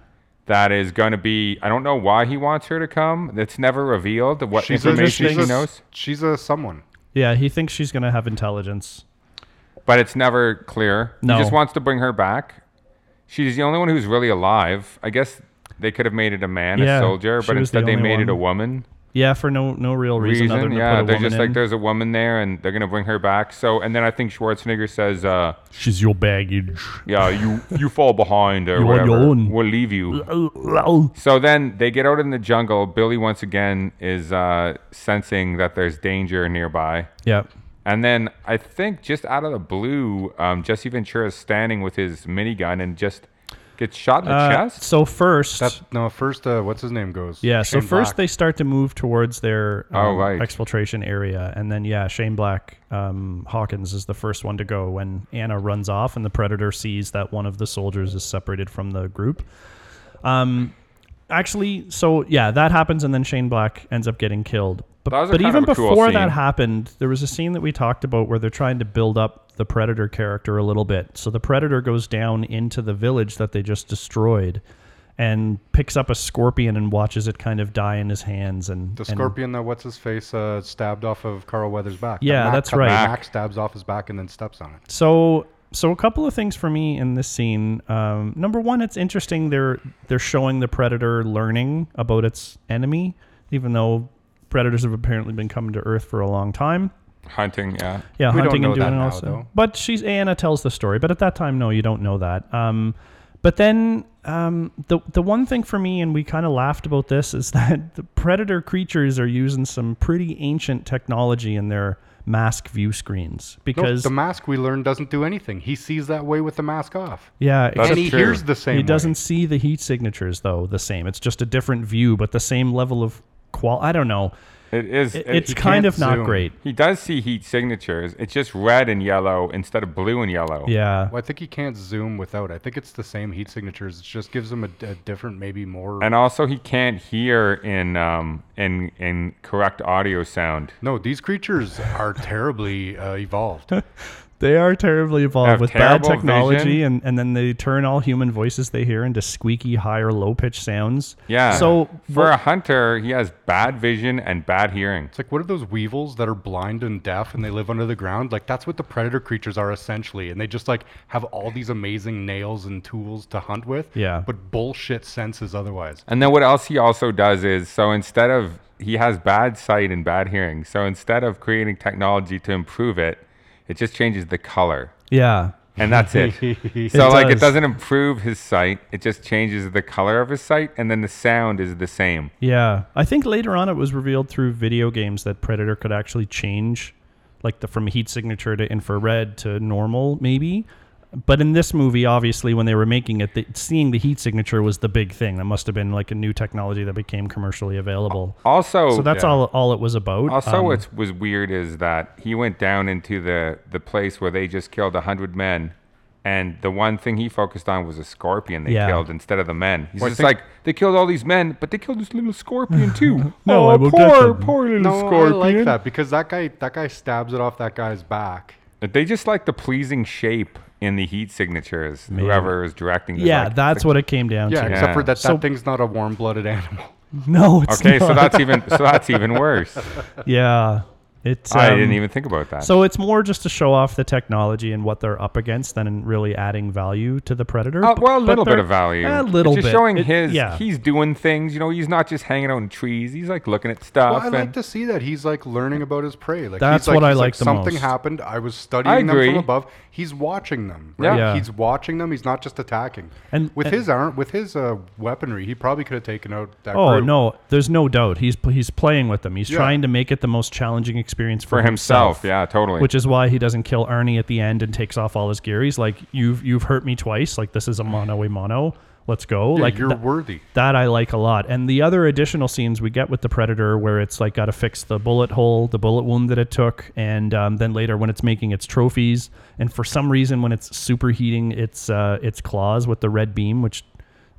Speaker 2: that is going to be I don't know why he wants her to come. That's never revealed what
Speaker 3: She's a,
Speaker 2: information
Speaker 3: she's,
Speaker 2: she
Speaker 3: a,
Speaker 2: knows,
Speaker 3: she's a someone.
Speaker 1: Yeah, he thinks she's gonna have intelligence.
Speaker 2: but it's never clear.
Speaker 1: No.
Speaker 2: He just wants to bring her back. She's the only one who's really alive. I guess they could have made it a man,
Speaker 1: Yeah,
Speaker 2: a soldier,
Speaker 1: she
Speaker 2: but
Speaker 1: was the
Speaker 2: instead they
Speaker 1: only
Speaker 2: made it a
Speaker 1: one.
Speaker 2: woman.
Speaker 1: Yeah, for no no real reason, other
Speaker 2: reason.
Speaker 1: than
Speaker 2: Yeah,
Speaker 1: to put a
Speaker 2: they're
Speaker 1: woman
Speaker 2: just like
Speaker 1: in.
Speaker 2: there's a woman there, and they're gonna bring her back. So, and then I think Schwarzenegger says, uh,
Speaker 1: She's your baggage.
Speaker 2: "Yeah, you you fall behind or
Speaker 1: You're on your
Speaker 2: whatever.
Speaker 1: own."
Speaker 2: We'll leave you." So then they get out in the jungle. Billy once again is uh, sensing that there's danger nearby,
Speaker 1: yeah.
Speaker 2: and then I think just out of the blue, um, Jesse Ventura is standing with his minigun and just gets shot in the
Speaker 1: Uh,
Speaker 2: chest.
Speaker 1: so first,
Speaker 3: That's no first. Uh, what's his name goes?
Speaker 1: Yeah. So
Speaker 3: Shane
Speaker 1: first
Speaker 3: Black.
Speaker 1: they start to move towards their um,
Speaker 2: Oh, right.
Speaker 1: exfiltration area, and then yeah, Shane Black um, Hawkins is the first one to go when Anna runs off, and the Predator sees that one of the soldiers is separated from the group. Um, actually, so yeah, that happens, and then Shane Black ends up getting killed. But,
Speaker 2: That was a
Speaker 1: but
Speaker 2: kind
Speaker 1: even
Speaker 2: of a cool
Speaker 1: before that
Speaker 2: scene.
Speaker 1: happened, there was a scene that we talked about where they're trying to build up the Predator character a little bit. So the Predator goes down into the village that they just destroyed and picks up a scorpion and watches it kind of die in his hands and
Speaker 3: the
Speaker 1: and-
Speaker 3: scorpion that what's his face uh, stabbed off of Carl Weathers back. That
Speaker 1: Yeah, that's
Speaker 3: that
Speaker 1: right.
Speaker 3: Mac stabs off his back and then steps on it.
Speaker 1: so So a couple of things for me in this scene. Um, number one, it's interesting they're they're showing the predator learning about its enemy, even though predators have apparently been coming to Earth for a long time.
Speaker 2: Hunting, yeah.
Speaker 1: Yeah,
Speaker 3: We don't
Speaker 1: hunting
Speaker 3: know
Speaker 1: and doing
Speaker 3: that
Speaker 1: it
Speaker 3: now,
Speaker 1: also.
Speaker 3: though.
Speaker 1: But she's Anna tells the story. But at that time, no, you don't know that. Um, but then um, the the one thing for me, and we kind of laughed about this, is that the predator creatures are using some pretty ancient technology in their mask view screens
Speaker 3: Nope,
Speaker 1: because
Speaker 3: the mask we learned doesn't do anything. He sees that way with the mask off.
Speaker 1: yeah,
Speaker 2: That's
Speaker 3: and he
Speaker 2: true.
Speaker 3: hears the same.
Speaker 1: he
Speaker 3: way.
Speaker 1: doesn't see the heat signatures though the same. It's just a different view, but the same level of qual. I don't know.
Speaker 2: It is.
Speaker 1: It,
Speaker 2: it-
Speaker 1: it's
Speaker 2: he
Speaker 1: kind
Speaker 3: can't
Speaker 1: of not
Speaker 3: zoom.
Speaker 1: great.
Speaker 2: He does see heat signatures. It's just red and yellow instead of blue and yellow.
Speaker 1: Yeah.
Speaker 3: Well, I think he can't zoom without. I think it's the same heat signatures. It just gives him a, a different, maybe more.
Speaker 2: And also, he can't hear in um in in correct audio sound.
Speaker 3: no, these creatures are terribly uh, evolved.
Speaker 1: They are terribly evolved
Speaker 2: Have
Speaker 1: with bad
Speaker 2: terrible
Speaker 1: technology,
Speaker 2: vision.
Speaker 1: and, and then they turn all human voices they hear into squeaky, high or low pitched sounds.
Speaker 2: Yeah.
Speaker 1: So
Speaker 2: for
Speaker 1: what-
Speaker 2: a hunter, he has bad vision and bad hearing.
Speaker 3: It's like what are those weevils that are blind and deaf and they live under the ground? Like that's what the predator creatures are essentially, and they just like have all these amazing nails and tools to hunt with.
Speaker 1: Yeah.
Speaker 3: But bullshit senses otherwise.
Speaker 2: And then what else he also does is so instead of he has bad sight and bad hearing, so instead of creating technology to improve it, it just changes the color.
Speaker 1: yeah,
Speaker 2: And that's it. so like it
Speaker 1: does.
Speaker 2: doesn't improve his sight, it just changes the color of his sight and then the sound is the same.
Speaker 1: yeah. I think later on it was revealed through video games that Predator could actually change, like the from heat signature to infrared to normal, maybe. But in this movie, obviously, when they were making it, the, seeing the heat signature was the big thing. That must have been like a new technology that became commercially available.
Speaker 2: Also
Speaker 1: So that's all all it was about.
Speaker 2: Oh, Also,
Speaker 1: Um,
Speaker 2: what was weird is that he went down into the, the place where they just killed a hundred men, and the one thing he focused on was a scorpion they
Speaker 1: Yeah.
Speaker 2: killed instead of the men. He's
Speaker 3: Well, I
Speaker 2: just
Speaker 3: think-
Speaker 2: like they killed all these men, but they killed this little scorpion too.
Speaker 1: No,
Speaker 2: oh,
Speaker 1: I will get
Speaker 2: poor,
Speaker 1: them.
Speaker 2: poor little
Speaker 3: No,
Speaker 2: scorpion.
Speaker 3: I like that because that guy that guy stabs it off that guy's back.
Speaker 2: They just like the pleasing shape in the heat signatures. Whoever is directing. this,
Speaker 1: yeah,
Speaker 2: like-
Speaker 1: that's what it came down
Speaker 3: Yeah,
Speaker 1: to.
Speaker 3: except for
Speaker 2: Yeah.
Speaker 3: that
Speaker 1: So-
Speaker 3: that thing's not a warm-blooded animal.
Speaker 1: No, it's
Speaker 2: Okay, so
Speaker 1: not.
Speaker 2: that's even so that's even worse.
Speaker 1: yeah. It's
Speaker 2: I
Speaker 1: um,
Speaker 2: didn't even think about that.
Speaker 1: So it's more just to show off the technology and what they're up against than really adding value to the predator.
Speaker 2: Uh,
Speaker 1: B-
Speaker 2: well, a
Speaker 1: but
Speaker 2: little bit
Speaker 1: they're-
Speaker 2: of value.
Speaker 1: A little
Speaker 2: it's just
Speaker 1: bit.
Speaker 2: showing
Speaker 1: It-
Speaker 2: his.
Speaker 1: Yeah.
Speaker 2: He's doing things. You know, he's not just hanging out in trees. He's like looking at stuff.
Speaker 3: Well, I like
Speaker 2: and-
Speaker 3: to see that he's like learning about his prey. Like
Speaker 1: That's
Speaker 3: he's like,
Speaker 1: what I
Speaker 3: he's
Speaker 1: like the
Speaker 3: Something
Speaker 1: most.
Speaker 3: happened. I was studying them
Speaker 2: agree.
Speaker 3: from above. He's watching them.
Speaker 1: Yeah.
Speaker 3: Right?
Speaker 1: Yeah.
Speaker 3: he's watching them. He's not just attacking.
Speaker 1: And-
Speaker 3: with
Speaker 1: and-
Speaker 3: his arm, with his uh, weaponry, he probably could have taken out that.
Speaker 1: Oh
Speaker 3: group.
Speaker 1: no, there's no doubt. He's pl- he's playing with them. He's
Speaker 3: Yeah.
Speaker 1: trying to make it the most challenging experience for,
Speaker 2: for himself. Yeah, totally.
Speaker 1: Which is why he doesn't kill Ernie at the end and takes off all his gear. He's like, "You've you've hurt me twice. Like this is a mono a mono. Let's go."
Speaker 3: Yeah,
Speaker 1: like
Speaker 3: you're
Speaker 1: tha-
Speaker 3: worthy.
Speaker 1: That I like a lot. And the other additional scenes we get with the Predator where it's like got to fix the bullet hole, the bullet wound that it took, and um, then later when it's making its trophies, and for some reason when it's superheating its uh, its claws with the red beam, which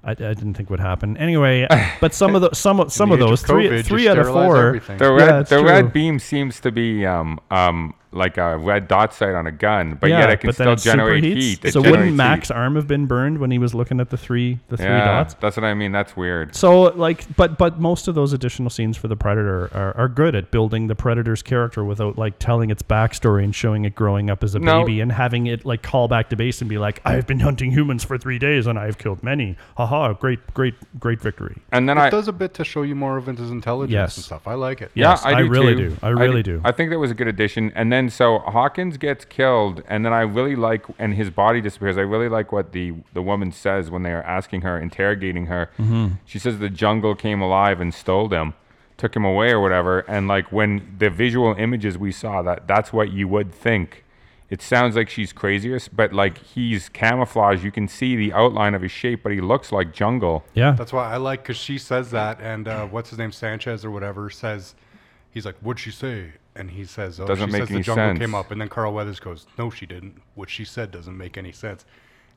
Speaker 1: I, I didn't think would happen. Anyway, but some of the some of- some
Speaker 3: the
Speaker 1: of
Speaker 3: age of
Speaker 1: those
Speaker 3: COVID,
Speaker 1: three
Speaker 3: you
Speaker 1: three out of
Speaker 3: sterilize
Speaker 1: four.
Speaker 3: everything.
Speaker 2: the
Speaker 1: Yeah,
Speaker 2: red,
Speaker 1: it's
Speaker 2: the
Speaker 1: true.
Speaker 2: red beam seems to be um, um, like a red dot sight on a gun, but yet it can
Speaker 1: but then
Speaker 2: still
Speaker 1: it
Speaker 2: generate
Speaker 1: superheats.
Speaker 2: heat. It
Speaker 1: So wouldn't
Speaker 2: generates
Speaker 1: Mac's
Speaker 2: heat.
Speaker 1: arm have been burned when he was looking at the three the three
Speaker 2: Yeah,
Speaker 1: dots?
Speaker 2: that's what I mean. That's weird.
Speaker 1: So like, but but most of those additional scenes for the predator are, are good at building the predator's character without like telling its backstory and showing it growing up as a
Speaker 2: No.
Speaker 1: baby and having it like call back to base and be like, I've been hunting humans for three days and I have killed many. Haha! Great, great, great victory.
Speaker 2: And then
Speaker 3: It
Speaker 2: I
Speaker 3: does a bit to show you more of his intelligence
Speaker 1: Yes.
Speaker 3: and stuff. I like it.
Speaker 1: Yes, I really
Speaker 2: too.
Speaker 1: do. I really do.
Speaker 2: I think that was a good addition. And then so Hawkins gets killed, and then I really like, and his body disappears. I really like what the the woman says when they are asking her, interrogating her.
Speaker 1: Mm-hmm.
Speaker 2: She says the jungle came alive and stole them, took him away or whatever. And like when the visual images we saw, that that's what you would think. It sounds like she's crazier, s- but like he's camouflaged. You can see the outline of his shape, but he looks like jungle.
Speaker 1: Yeah,
Speaker 3: That's why I like because she says that, and uh, what's his name, Sanchez or whatever, says he's like, "What'd she say?" And he says, "Oh,
Speaker 2: Doesn't
Speaker 3: she
Speaker 2: make
Speaker 3: says
Speaker 2: any
Speaker 3: the jungle
Speaker 2: sense.
Speaker 3: came up." And then Carl Weathers goes, "No, she didn't. What she said doesn't make any sense."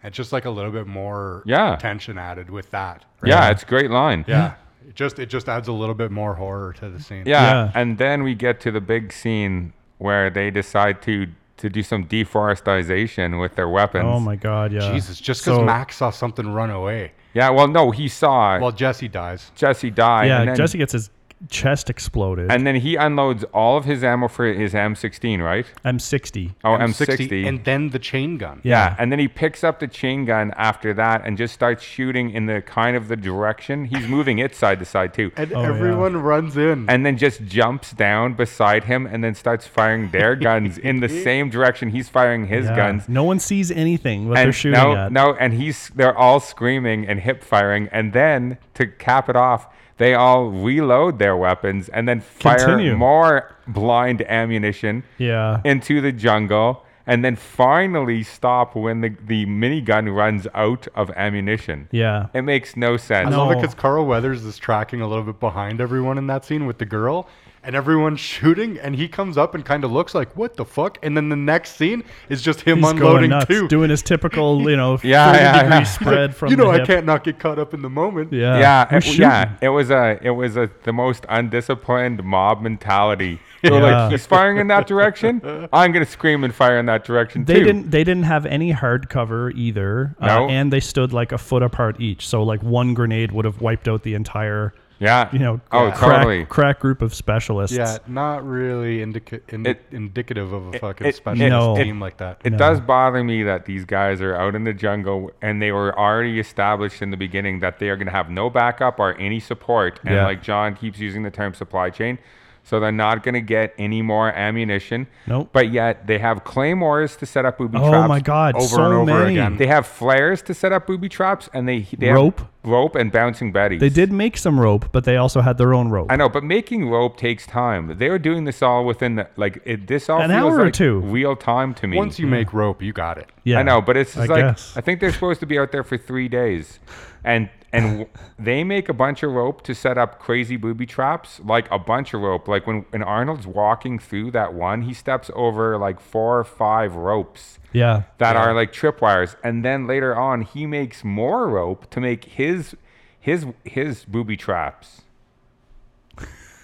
Speaker 3: And just like a little bit more
Speaker 2: Yeah. Mm-hmm.
Speaker 3: tension added with that. right?
Speaker 2: Yeah, it's a great line.
Speaker 3: yeah. It just it just adds a little bit more horror to the scene.
Speaker 2: Yeah.
Speaker 1: Yeah.
Speaker 2: And then we get to the big scene where they decide to to do some deforestation with their weapons.
Speaker 1: Oh my God! Yeah.
Speaker 3: Jesus, Uh, just because
Speaker 1: So-
Speaker 3: Max saw something run away.
Speaker 2: Yeah, well no, he saw
Speaker 3: Well, Jesse dies.
Speaker 2: Jesse die.
Speaker 1: Yeah,
Speaker 2: and then,
Speaker 1: Jesse gets his chest exploded.
Speaker 2: And then he unloads all of his ammo for his M16, right?
Speaker 1: M60.
Speaker 2: Oh, M60.
Speaker 3: M60, and then the chain gun.
Speaker 2: yeah, and then he picks up the chain gun after that and just starts shooting in the kind of the direction he's moving it side to side too.
Speaker 3: And
Speaker 1: Oh, yeah.
Speaker 3: everyone runs in.
Speaker 2: and then just jumps down beside him and then starts firing their guns in the same direction he's firing his
Speaker 1: Yeah.
Speaker 2: guns.
Speaker 1: No one sees anything what
Speaker 2: And
Speaker 1: they're shooting
Speaker 2: no,
Speaker 1: at.
Speaker 2: no, and he's they're all screaming and hip firing, and then to cap it off, they all reload their weapons and then fire
Speaker 1: Continue.
Speaker 2: more blind ammunition
Speaker 1: Yeah.
Speaker 2: into the jungle, and then finally stop when the the minigun runs out of ammunition.
Speaker 1: yeah.
Speaker 2: It makes no sense.
Speaker 3: I love it
Speaker 1: No.
Speaker 3: because Carl Weathers is tracking a little bit behind everyone in that scene with the girl, and everyone's shooting, and he comes up and kind of looks like, "What the fuck?" And then the next scene is just him
Speaker 1: He's going
Speaker 3: unloading
Speaker 1: nuts,
Speaker 3: too.
Speaker 1: doing his typical, you know,
Speaker 2: Yeah,
Speaker 1: 30
Speaker 2: yeah,
Speaker 1: degree
Speaker 2: yeah.
Speaker 1: spread from
Speaker 3: you know,
Speaker 1: the
Speaker 3: I
Speaker 1: hip.
Speaker 3: can't not get caught up in the moment.
Speaker 1: Yeah.
Speaker 2: yeah,
Speaker 1: Who's
Speaker 2: it, yeah,
Speaker 1: shooting?
Speaker 2: it was a it was a the most undisciplined mob mentality. They were
Speaker 1: Yeah.
Speaker 2: like, he's firing in that direction. I'm gonna scream and fire in that direction
Speaker 1: They
Speaker 2: too.
Speaker 1: didn't. They didn't have any hardcover either,
Speaker 2: No.
Speaker 1: uh, and they stood like a foot apart each. So like one grenade would have wiped out the entire,
Speaker 2: yeah,
Speaker 1: you know,
Speaker 2: oh
Speaker 1: crack,
Speaker 2: totally.
Speaker 1: crack group of specialists.
Speaker 3: Yeah, not really indica- in-
Speaker 2: It-
Speaker 3: indicative of a fucking
Speaker 2: it-
Speaker 3: specialist
Speaker 1: No.
Speaker 3: team like that.
Speaker 2: It does bother me that these guys are out in the jungle and they were already established in the beginning that they are going to have no backup or any support. And
Speaker 1: Yeah.
Speaker 2: like John keeps using the term supply chain. So they're not going to get any more ammunition.
Speaker 1: Nope.
Speaker 2: But yet they have claymores to set up booby traps.
Speaker 1: Oh my God!
Speaker 3: over
Speaker 1: so
Speaker 3: and over
Speaker 1: many.
Speaker 3: again.
Speaker 2: They have flares to set up booby traps, and they, they have
Speaker 1: Rope.
Speaker 2: rope, and bouncing betties.
Speaker 1: They did make some rope, but they also had their own rope.
Speaker 2: I know, but making rope takes time. They were doing this all within the, like it, this all
Speaker 1: An
Speaker 2: feels
Speaker 1: hour or
Speaker 2: like
Speaker 1: two.
Speaker 2: real time to me.
Speaker 3: Once you make rope, you got it.
Speaker 1: yeah,
Speaker 2: I know, but it's
Speaker 1: I
Speaker 2: just like
Speaker 1: guess.
Speaker 2: I think they're supposed to be out there for three days, and and w- they make a bunch of rope to set up crazy booby traps, like a bunch of rope. Like when when Arnold's walking through that one, he steps over like four or five ropes
Speaker 1: Yeah,
Speaker 2: that are like tripwires, and then later on he makes more rope to make his his his booby traps.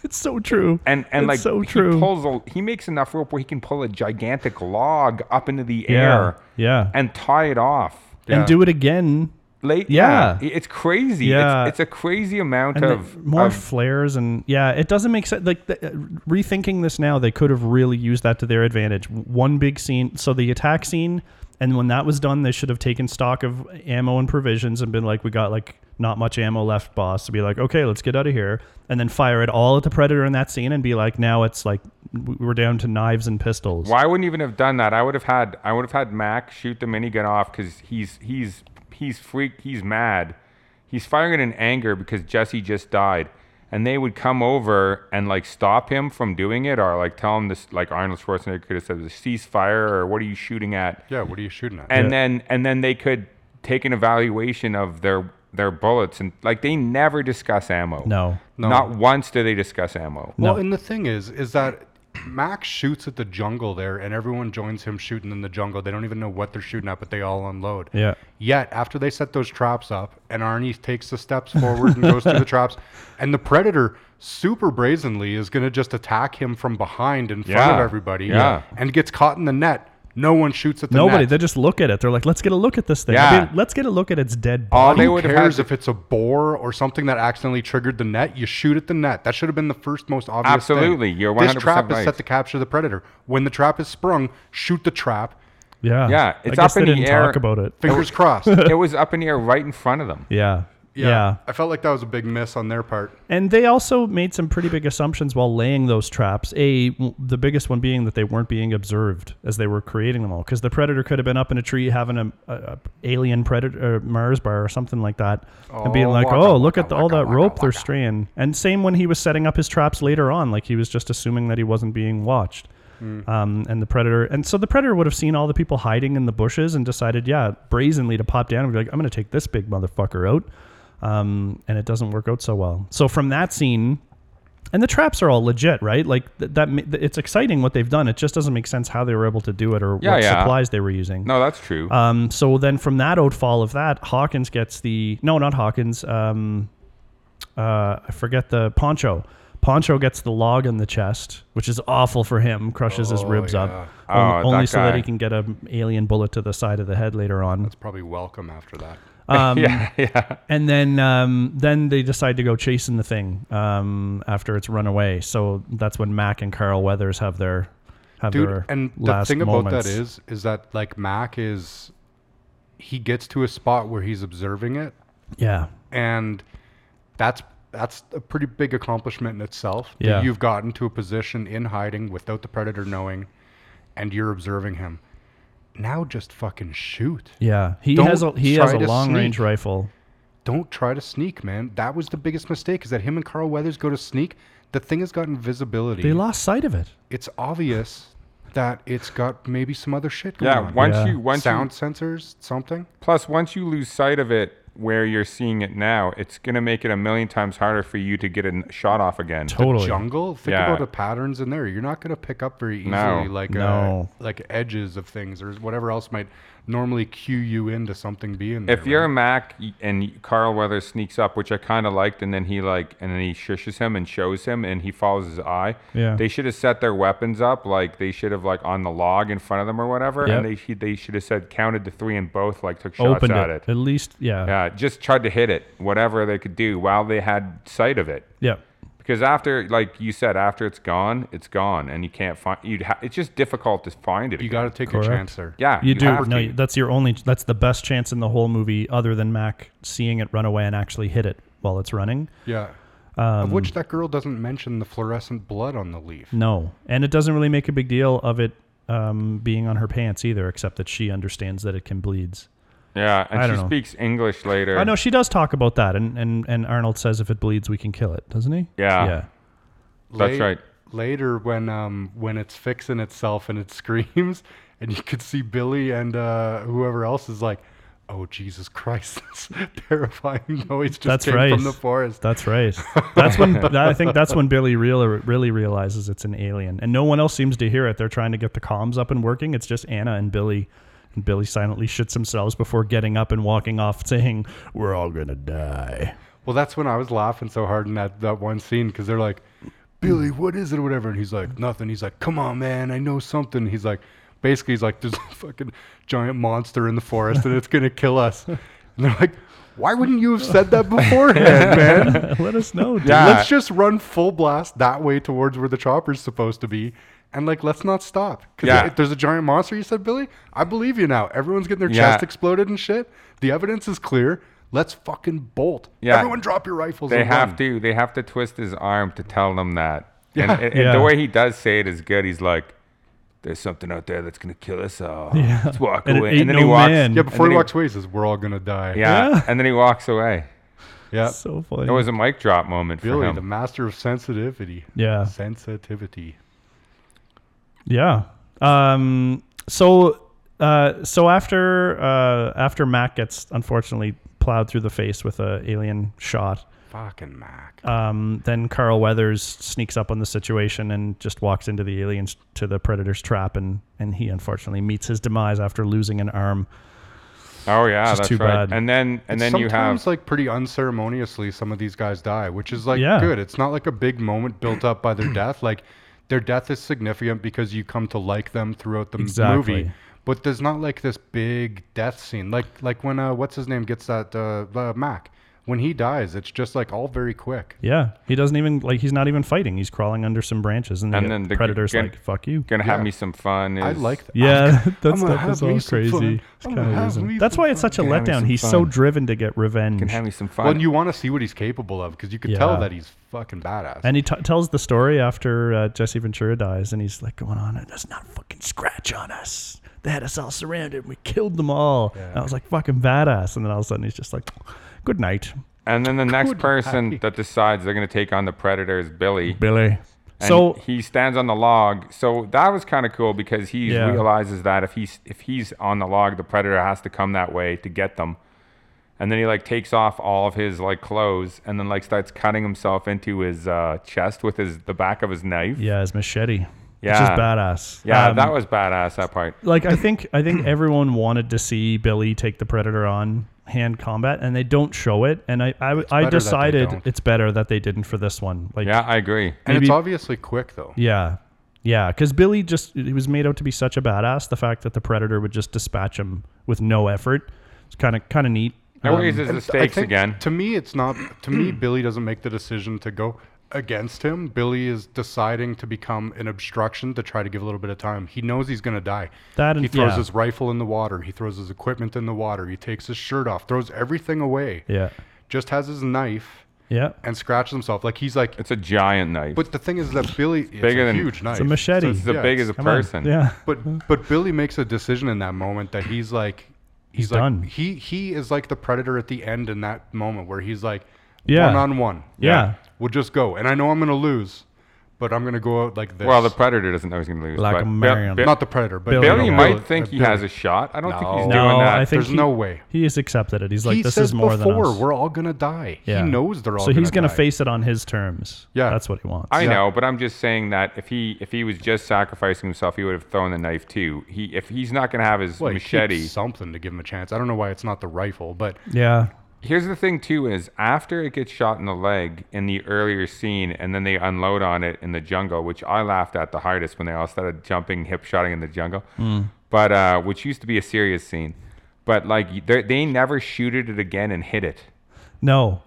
Speaker 1: it's so true.
Speaker 2: And and
Speaker 1: It's
Speaker 2: like
Speaker 1: so
Speaker 2: he
Speaker 1: true.
Speaker 2: pulls a, he makes enough rope where he can pull a gigantic log up into the
Speaker 1: yeah,
Speaker 2: air
Speaker 1: yeah,
Speaker 2: and tie it off.
Speaker 1: and do it again
Speaker 2: late.
Speaker 1: Yeah.
Speaker 2: i- it's crazy.
Speaker 1: Yeah.
Speaker 2: It's, it's a crazy amount
Speaker 1: and
Speaker 2: of
Speaker 1: the- more
Speaker 2: of-
Speaker 1: flares and yeah it doesn't make sense like the, uh, rethinking this now they could have really used that to their advantage W- one big scene so the attack scene and when that was done they should have taken stock of ammo and provisions and been like we got like not much ammo left boss to be like okay let's get out of here and then fire it all at the predator in that scene and be like now it's like w- we're down to knives and pistols
Speaker 2: Well, I wouldn't even have done that. I would have had I would have had Mac shoot the minigun off because he's he's he's freak he's mad. He's firing it in anger because Jesse just died. And they would come over and like stop him from doing it or like tell him this like Arnold Schwarzenegger could have said ceasefire or what are you shooting at?
Speaker 3: Yeah, what are you shooting at?
Speaker 2: And then and then they could take an evaluation of their their bullets and like they never discuss ammo.
Speaker 1: no
Speaker 2: Not once do they discuss ammo.
Speaker 3: well,
Speaker 1: no.
Speaker 3: and the thing is, is that Max shoots at the jungle there, and everyone joins him shooting in the jungle. They don't even know what they're shooting at, but they all unload.
Speaker 1: Yeah.
Speaker 3: Yet after they set those traps up, and Arnie takes the steps forward and goes through the traps, and the predator super brazenly is going to just attack him from behind in front of
Speaker 2: Yeah.
Speaker 3: everybody,
Speaker 2: Yeah.
Speaker 3: and gets caught in the net. No one shoots at the
Speaker 1: nobody
Speaker 3: net.
Speaker 1: they just look at it they're like let's get a look at this thing I
Speaker 2: Yeah.
Speaker 1: mean, let's get a look at its dead body
Speaker 2: All they
Speaker 3: Who
Speaker 2: would have had
Speaker 3: cares
Speaker 2: to-
Speaker 3: if it's a boar or something that accidentally triggered the net? You shoot at the net. That should have been the first, most obvious.
Speaker 2: Absolutely.
Speaker 3: thing.
Speaker 2: You're
Speaker 3: This
Speaker 2: 100%
Speaker 3: trap is
Speaker 2: right.
Speaker 3: set to capture the predator. When the trap is sprung, shoot the trap.
Speaker 1: yeah
Speaker 2: Yeah, it's
Speaker 1: I guess
Speaker 2: up in
Speaker 1: they
Speaker 2: the
Speaker 1: didn't
Speaker 2: air.
Speaker 1: talk about it
Speaker 3: Fingers crossed.
Speaker 2: it was up in the air right in front of them.
Speaker 1: yeah, yeah.
Speaker 3: I felt like that was a big miss on their part.
Speaker 1: And they also made some pretty big assumptions while laying those traps. A, w- the biggest one being that they weren't being observed as they were creating them all, because the predator could have been up in a tree having a, a, a alien predator or Mars bar or something like that, and being
Speaker 3: Oh,
Speaker 1: like,
Speaker 3: waka,
Speaker 1: "Oh,
Speaker 3: waka,
Speaker 1: look at the, all
Speaker 3: waka,
Speaker 1: that
Speaker 3: waka,
Speaker 1: rope they're
Speaker 3: waka."
Speaker 1: straying." And same when he was setting up his traps later on, like he was just assuming that he wasn't being watched. Um, and the predator, and so the predator would have seen all the people hiding in the bushes and decided, yeah, brazenly to pop down and be like, "I'm going to take this big motherfucker out." um, and it doesn't work out so well. So from that scene, and the traps are all legit, right? Like th- that, ma- th- it's exciting what they've done. It just doesn't make sense how they were able to do it or
Speaker 2: Yeah,
Speaker 1: what
Speaker 2: yeah.
Speaker 1: supplies they were using.
Speaker 2: No, that's true.
Speaker 1: Um, so then from that outfall of that, Hawkins gets the no, not Hawkins. Um, uh, I forget the Poncho. Poncho gets the log in the chest, which is awful for him. Crushes his ribs
Speaker 3: yeah.
Speaker 1: up,
Speaker 2: Oh,
Speaker 1: on-
Speaker 2: that
Speaker 1: only so that
Speaker 2: guy.
Speaker 1: he can get an alien bullet to the side of the head later on.
Speaker 3: It's probably welcome after that.
Speaker 1: Um,
Speaker 2: yeah, yeah.
Speaker 1: And then um, then they decide to go chasing the thing um, after it's run away. So that's when Mac and Carl Weathers have their have
Speaker 3: dude
Speaker 1: their
Speaker 3: and the
Speaker 1: last
Speaker 3: thing about
Speaker 1: moments.
Speaker 3: that is is that like mac is he gets to a spot where he's observing it
Speaker 1: yeah
Speaker 3: and that's that's a pretty big accomplishment in itself that
Speaker 1: Yeah.
Speaker 3: you've gotten to a position in hiding without the predator knowing and you're observing him now just fucking shoot
Speaker 1: yeah he
Speaker 3: Don't
Speaker 1: has a he has a
Speaker 3: try to
Speaker 1: long range
Speaker 3: sneak.
Speaker 1: rifle.
Speaker 3: don't try to sneak man that was the biggest mistake is that him and carl weathers go to sneak the thing has got invisibility
Speaker 1: They lost sight of it.
Speaker 3: it's obvious that it's got maybe some other shit going
Speaker 2: Yeah.
Speaker 3: on
Speaker 2: Once
Speaker 1: Yeah.
Speaker 2: you once you
Speaker 3: sound sensors something
Speaker 2: Plus, once you lose sight of it where you're seeing it now, it's going to make it a million times harder for you to get a n- shot off again.
Speaker 1: Totally.
Speaker 3: jungle. Think
Speaker 2: Yeah.
Speaker 3: about the patterns in there. You're not going to pick up very easily,
Speaker 2: No.
Speaker 3: like
Speaker 1: No.
Speaker 3: uh, like edges of things or whatever else might normally cue you into something being there.
Speaker 2: If you're a
Speaker 3: right?
Speaker 2: Mac y- and Carl Weathers sneaks up, which I kind of liked, and then he like, and then he shushes him and shows him, and he follows his eye.
Speaker 1: Yeah.
Speaker 2: They should have set their weapons up, like they should have like on the log in front of them or whatever,
Speaker 1: Yep.
Speaker 2: and they should, they should have said counted to three and both like took shots
Speaker 1: Opened
Speaker 2: at
Speaker 1: it. At least yeah yeah.
Speaker 2: Yeah, just tried to hit it, whatever they could do while they had sight of it. because after like you said after it's gone it's gone and you can't find you'd ha- it's just difficult to find it
Speaker 3: you
Speaker 2: again.
Speaker 3: got to take
Speaker 1: Correct.
Speaker 3: a chance there.
Speaker 2: yeah
Speaker 1: You, do
Speaker 2: have
Speaker 1: no.
Speaker 2: to.
Speaker 1: you- That's your only. That's the best chance in the whole movie, other than Mac seeing it run away and actually hit it while it's running.
Speaker 3: yeah. of
Speaker 1: Um,
Speaker 3: which that girl doesn't mention the fluorescent blood on the leaf.
Speaker 1: No, and it doesn't really make a big deal of it um, being on her pants either, except that she understands that it can bleeds.
Speaker 2: yeah and
Speaker 1: I
Speaker 2: she
Speaker 1: don't know.
Speaker 2: speaks english later
Speaker 1: I know she does talk about that, and, and, and Arnold says if it bleeds, we can kill it, doesn't he?
Speaker 2: Yeah.
Speaker 1: yeah,
Speaker 2: That's
Speaker 3: La-
Speaker 2: right.
Speaker 3: Later, when um when it's fixing itself and it screams, and you could see Billy and uh, whoever else is like. Oh Jesus Christ! This terrifying noise just
Speaker 1: That's
Speaker 3: came
Speaker 1: right.
Speaker 3: from the forest.
Speaker 1: That's right. That's when that- I think that's when Billy real, really realizes it's an alien, and no one else seems to hear it. They're trying to get the comms up and working. It's just Anna and Billy. And Billy silently shits themselves before getting up and walking off, saying, "We're all gonna die."
Speaker 3: Well, that's when I was laughing so hard in that, that one scene because they're like, Billy, what is it or whatever? And he's like, nothing. He's like, come on, man, I know something. He's like, basically, he's like, there's a fucking giant monster in the forest and it's going to kill us. And they're like, why wouldn't you have said that beforehand, man?
Speaker 1: Let us know. Dude.
Speaker 2: Yeah.
Speaker 3: Let's just run full blast that way towards where the chopper's supposed to be. And like, let's not stop. Because
Speaker 2: Yeah.
Speaker 3: if there's a giant monster, you said, Billy, I believe you now. Everyone's getting their
Speaker 2: Yeah.
Speaker 3: chest exploded and shit. The evidence is clear. Let's fucking bolt.
Speaker 2: Yeah.
Speaker 3: Everyone drop your rifles.
Speaker 2: they
Speaker 3: and
Speaker 2: have
Speaker 3: run.
Speaker 2: to they have to twist his arm to tell them that and, and- and
Speaker 1: Yeah.
Speaker 2: the way he does say it is good he's like there's something out there that's gonna kill us all
Speaker 1: Yeah.
Speaker 2: let's walk
Speaker 1: And it
Speaker 2: away
Speaker 1: ain't
Speaker 2: and then
Speaker 1: no
Speaker 2: he walks
Speaker 1: man.
Speaker 3: Yeah, before
Speaker 2: and
Speaker 3: he
Speaker 2: then
Speaker 3: walks away, he says, "We're all gonna die."
Speaker 2: yeah,
Speaker 1: Yeah.
Speaker 2: and then he walks away
Speaker 3: yeah.
Speaker 1: So funny.
Speaker 2: it was a mic drop moment for
Speaker 3: Billy,
Speaker 2: him
Speaker 3: the master of sensitivity.
Speaker 1: Yeah.
Speaker 3: sensitivity.
Speaker 1: Yeah. Um. So. Uh. So after. Uh. After Mac gets unfortunately plowed through the face with a alien shot.
Speaker 3: Fucking Mac.
Speaker 1: Um. Then Carl Weathers sneaks up on the situation and just walks into the aliens to the predator's trap and and he unfortunately meets his demise after losing an arm.
Speaker 2: oh yeah
Speaker 1: just
Speaker 2: that's
Speaker 1: too
Speaker 2: right
Speaker 1: bad.
Speaker 2: and then and then you
Speaker 3: Sometimes,
Speaker 2: have
Speaker 3: like pretty unceremoniously, some of these guys die, which is like
Speaker 1: Yeah.
Speaker 3: good. It's not like a big moment built up by their death. Like their death is significant because you come to like them throughout the m-
Speaker 1: Exactly.
Speaker 3: movie. But there's not like this big death scene, like like when uh, what's his name gets that uh, uh, Mac. When he dies, it's just like all very quick.
Speaker 1: Yeah. He doesn't even like. He's not even fighting. He's crawling under some branches and,
Speaker 2: And
Speaker 1: the
Speaker 2: then the
Speaker 1: predators
Speaker 2: gun-
Speaker 1: like fuck you.
Speaker 2: gonna have
Speaker 3: yeah.
Speaker 2: me some fun is,
Speaker 3: I like that.
Speaker 1: Yeah, that
Speaker 3: I'm gonna
Speaker 1: stuff
Speaker 3: have
Speaker 1: is
Speaker 3: me
Speaker 1: all
Speaker 3: some
Speaker 1: crazy.
Speaker 3: fun.
Speaker 1: It's
Speaker 3: I'm
Speaker 1: kinda
Speaker 3: gonna have
Speaker 1: isn't-
Speaker 3: me
Speaker 1: That's
Speaker 3: some
Speaker 1: why it's such a
Speaker 2: Gonna have me
Speaker 1: letdown.
Speaker 2: some
Speaker 1: He's so
Speaker 2: fun.
Speaker 1: driven to get revenge.
Speaker 2: can have me some fun
Speaker 3: Well, and you want to see what he's capable of because you can
Speaker 1: Yeah.
Speaker 3: tell that he's fucking badass.
Speaker 1: And he t- tells the story after uh, Jesse Ventura dies, and he's like going on, and there's not a fucking scratch on us. They had us all surrounded. We killed them all. And I was like, fucking badass. And then all of a sudden, he's just like, good night,
Speaker 2: And then the next
Speaker 3: Good
Speaker 2: person
Speaker 3: night.
Speaker 2: that decides they're going to take on the predator is Billy.
Speaker 1: Billy.
Speaker 2: And
Speaker 1: so,
Speaker 2: he stands on the log. So that was kind of cool because he
Speaker 1: Yeah.
Speaker 2: realizes that if he's if he's on the log, the predator has to come that way to get them. And then he like takes off all of his like clothes and then like starts cutting himself into his uh, chest with his the back of his knife. Yeah,
Speaker 1: yeah, his machete. Which is
Speaker 2: Yeah.
Speaker 1: badass. Um,
Speaker 2: that was badass. That part.
Speaker 1: like I think I think everyone wanted to see Billy take the Predator on hand combat, and they don't show it. And I I, I
Speaker 3: better that they
Speaker 1: decided
Speaker 3: don't.
Speaker 1: it's better that they didn't for this one. Like
Speaker 2: Yeah, I agree.
Speaker 3: And
Speaker 1: maybe-
Speaker 3: it's obviously quick though.
Speaker 1: yeah, yeah, because Billy just he was made out to be such a badass. The fact that the Predator would just dispatch him with no effort, it's kind of kind of neat.
Speaker 2: That raises the
Speaker 3: And
Speaker 2: stakes
Speaker 3: think,
Speaker 2: again.
Speaker 3: To me, it's not. To me, Billy doesn't make the decision to go against him. Billy is deciding to become an obstruction to try to give a little bit of time. He knows he's going to die.
Speaker 1: That
Speaker 3: he
Speaker 1: and-
Speaker 3: throws
Speaker 1: yeah.
Speaker 3: his rifle in the water. He throws his equipment in the water. He takes his shirt off. Throws everything away.
Speaker 1: Yeah.
Speaker 3: Just has his knife
Speaker 1: Yeah.
Speaker 3: and scratches himself. Like he's like.
Speaker 2: It's a giant knife.
Speaker 3: But the thing is that Billy it's
Speaker 2: bigger
Speaker 3: a
Speaker 2: than-
Speaker 3: huge knife.
Speaker 1: a machete.
Speaker 2: it's as
Speaker 3: yeah,
Speaker 2: big as a
Speaker 1: Come on.
Speaker 2: person.
Speaker 1: Yeah.
Speaker 3: But but Billy makes a decision in that moment that he's like he's,
Speaker 1: He's
Speaker 3: like,
Speaker 1: done.
Speaker 3: He he is like the predator at the end in that moment where he's like
Speaker 1: Yeah.
Speaker 3: one on one.
Speaker 1: Yeah.
Speaker 3: We'll just go. And I know I'm gonna lose, but I'm gonna go out like this.
Speaker 2: Well, the predator doesn't know he's going to lose.
Speaker 1: Like
Speaker 2: but
Speaker 1: a
Speaker 2: Bill-
Speaker 1: man.
Speaker 2: Bill-
Speaker 3: not the predator, but
Speaker 1: Billy
Speaker 2: Billy
Speaker 1: No,
Speaker 2: might
Speaker 3: Bill-
Speaker 2: think
Speaker 3: uh,
Speaker 2: he
Speaker 3: Billy.
Speaker 2: has a shot. I don't think he's
Speaker 3: No.
Speaker 2: doing
Speaker 1: No,
Speaker 2: that.
Speaker 1: I think
Speaker 3: There's
Speaker 1: he-
Speaker 3: no way.
Speaker 1: He has accepted it. He's like,
Speaker 3: he
Speaker 1: this
Speaker 3: says
Speaker 1: is more
Speaker 3: before
Speaker 1: than us.
Speaker 3: we're all gonna die.
Speaker 1: Yeah.
Speaker 3: He knows they're all.
Speaker 1: So
Speaker 3: gonna
Speaker 1: he's gonna
Speaker 3: die.
Speaker 1: face it on his terms.
Speaker 3: Yeah.
Speaker 1: That's what he wants.
Speaker 2: I
Speaker 3: Yeah.
Speaker 2: know, but I'm just saying that if he if he was just sacrificing himself, he would have thrown the knife too. He if he's not going to have his
Speaker 3: Well, he keeps
Speaker 2: machete.
Speaker 3: something to give him a chance. I don't know why it's not the rifle, but
Speaker 1: yeah.
Speaker 2: Here's the thing too is after it gets shot in the leg in the earlier scene, and then they unload on it in the jungle, which I laughed at the hardest when they all started jumping, hip shotting in the jungle.
Speaker 3: Mm.
Speaker 2: But uh, which used to be a serious scene, but like they they never shooted it again and hit it.
Speaker 1: No.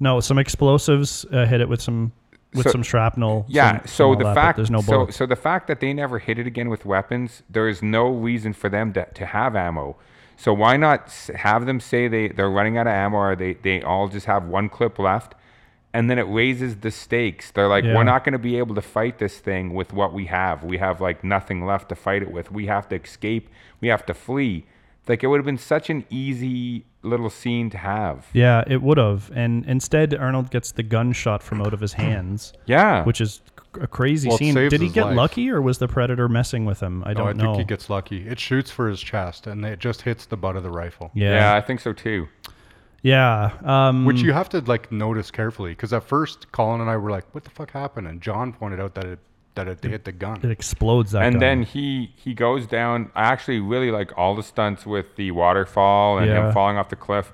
Speaker 1: No. Some explosives uh, hit it with some with
Speaker 2: So-
Speaker 1: some shrapnel.
Speaker 2: Yeah.
Speaker 1: some- some
Speaker 2: so
Speaker 1: all
Speaker 2: the
Speaker 1: that, but
Speaker 2: fact
Speaker 1: there's no
Speaker 2: so,
Speaker 1: bullets.
Speaker 2: so the fact that they never hit it again with weapons, there is no reason for them to, to have ammo. So why not s- have them say they they're running out of ammo or they they all just have one clip left, and then it raises the stakes. They're like,
Speaker 1: Yeah.
Speaker 2: we're not going to be able to fight this thing with what we have. We have like nothing left to fight it with. We have to escape. We have to flee. Like it would have been such an easy little scene to have.
Speaker 1: yeah, it would have. And instead, Arnold gets the gun shot from out of his hands.
Speaker 2: Yeah.
Speaker 1: Which is c- a crazy
Speaker 3: Well, it
Speaker 1: scene.
Speaker 3: saves
Speaker 1: Did he
Speaker 3: his
Speaker 1: get
Speaker 3: life.
Speaker 1: lucky, or was the predator messing with him? I
Speaker 3: no, I
Speaker 1: don't
Speaker 3: think
Speaker 1: know.
Speaker 3: he gets lucky. It shoots for his chest, and it just hits the butt of the rifle.
Speaker 2: yeah,
Speaker 1: yeah.
Speaker 2: I think so too.
Speaker 1: Yeah. Um,
Speaker 3: which you have to like notice carefully because at first Colin and I were like, "What the fuck happened?" and John pointed out that it that it hit the
Speaker 1: it
Speaker 3: gun.
Speaker 1: explodes that.
Speaker 2: and
Speaker 1: gun.
Speaker 2: then he he goes down i actually really like all the stunts with the waterfall and
Speaker 1: Yeah.
Speaker 2: him falling off the cliff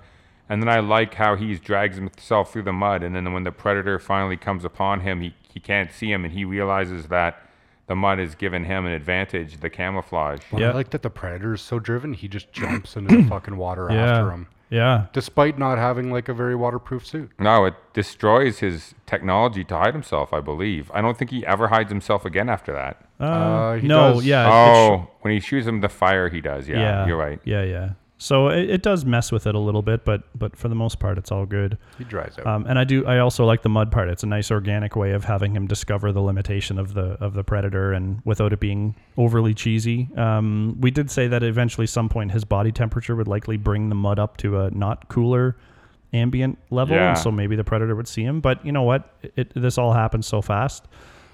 Speaker 2: and then i like how he drags himself through the mud and then when the predator finally comes upon him he, he can't see him and he realizes that the mud has given him an advantage the camouflage
Speaker 3: But
Speaker 1: Yeah.
Speaker 3: I like that the predator is so driven; he just jumps into the fucking water
Speaker 1: yeah.
Speaker 3: after him,
Speaker 1: Yeah.
Speaker 3: despite not having like a very waterproof suit.
Speaker 2: no it destroys his technology to hide himself i believe i don't think he ever hides himself again after that
Speaker 1: Uh,
Speaker 3: Uh, he
Speaker 1: no.
Speaker 3: does-
Speaker 1: Yeah. it- it sh-
Speaker 2: oh when he shoots him the fire he does yeah, you're right
Speaker 1: Yeah, yeah. So it, it does mess with it a little bit, but but for the most part, it's all good.
Speaker 3: He dries out.
Speaker 1: Um, and I do. I also like the mud part. It's a nice organic way of having him discover the limitation of the of the predator, and without it being overly cheesy. Um, we did say that eventually, some point, his body temperature would likely bring the mud up to a not cooler ambient level,
Speaker 2: Yeah.
Speaker 1: and so maybe the predator would see him. But you know what? It, this all happens so fast.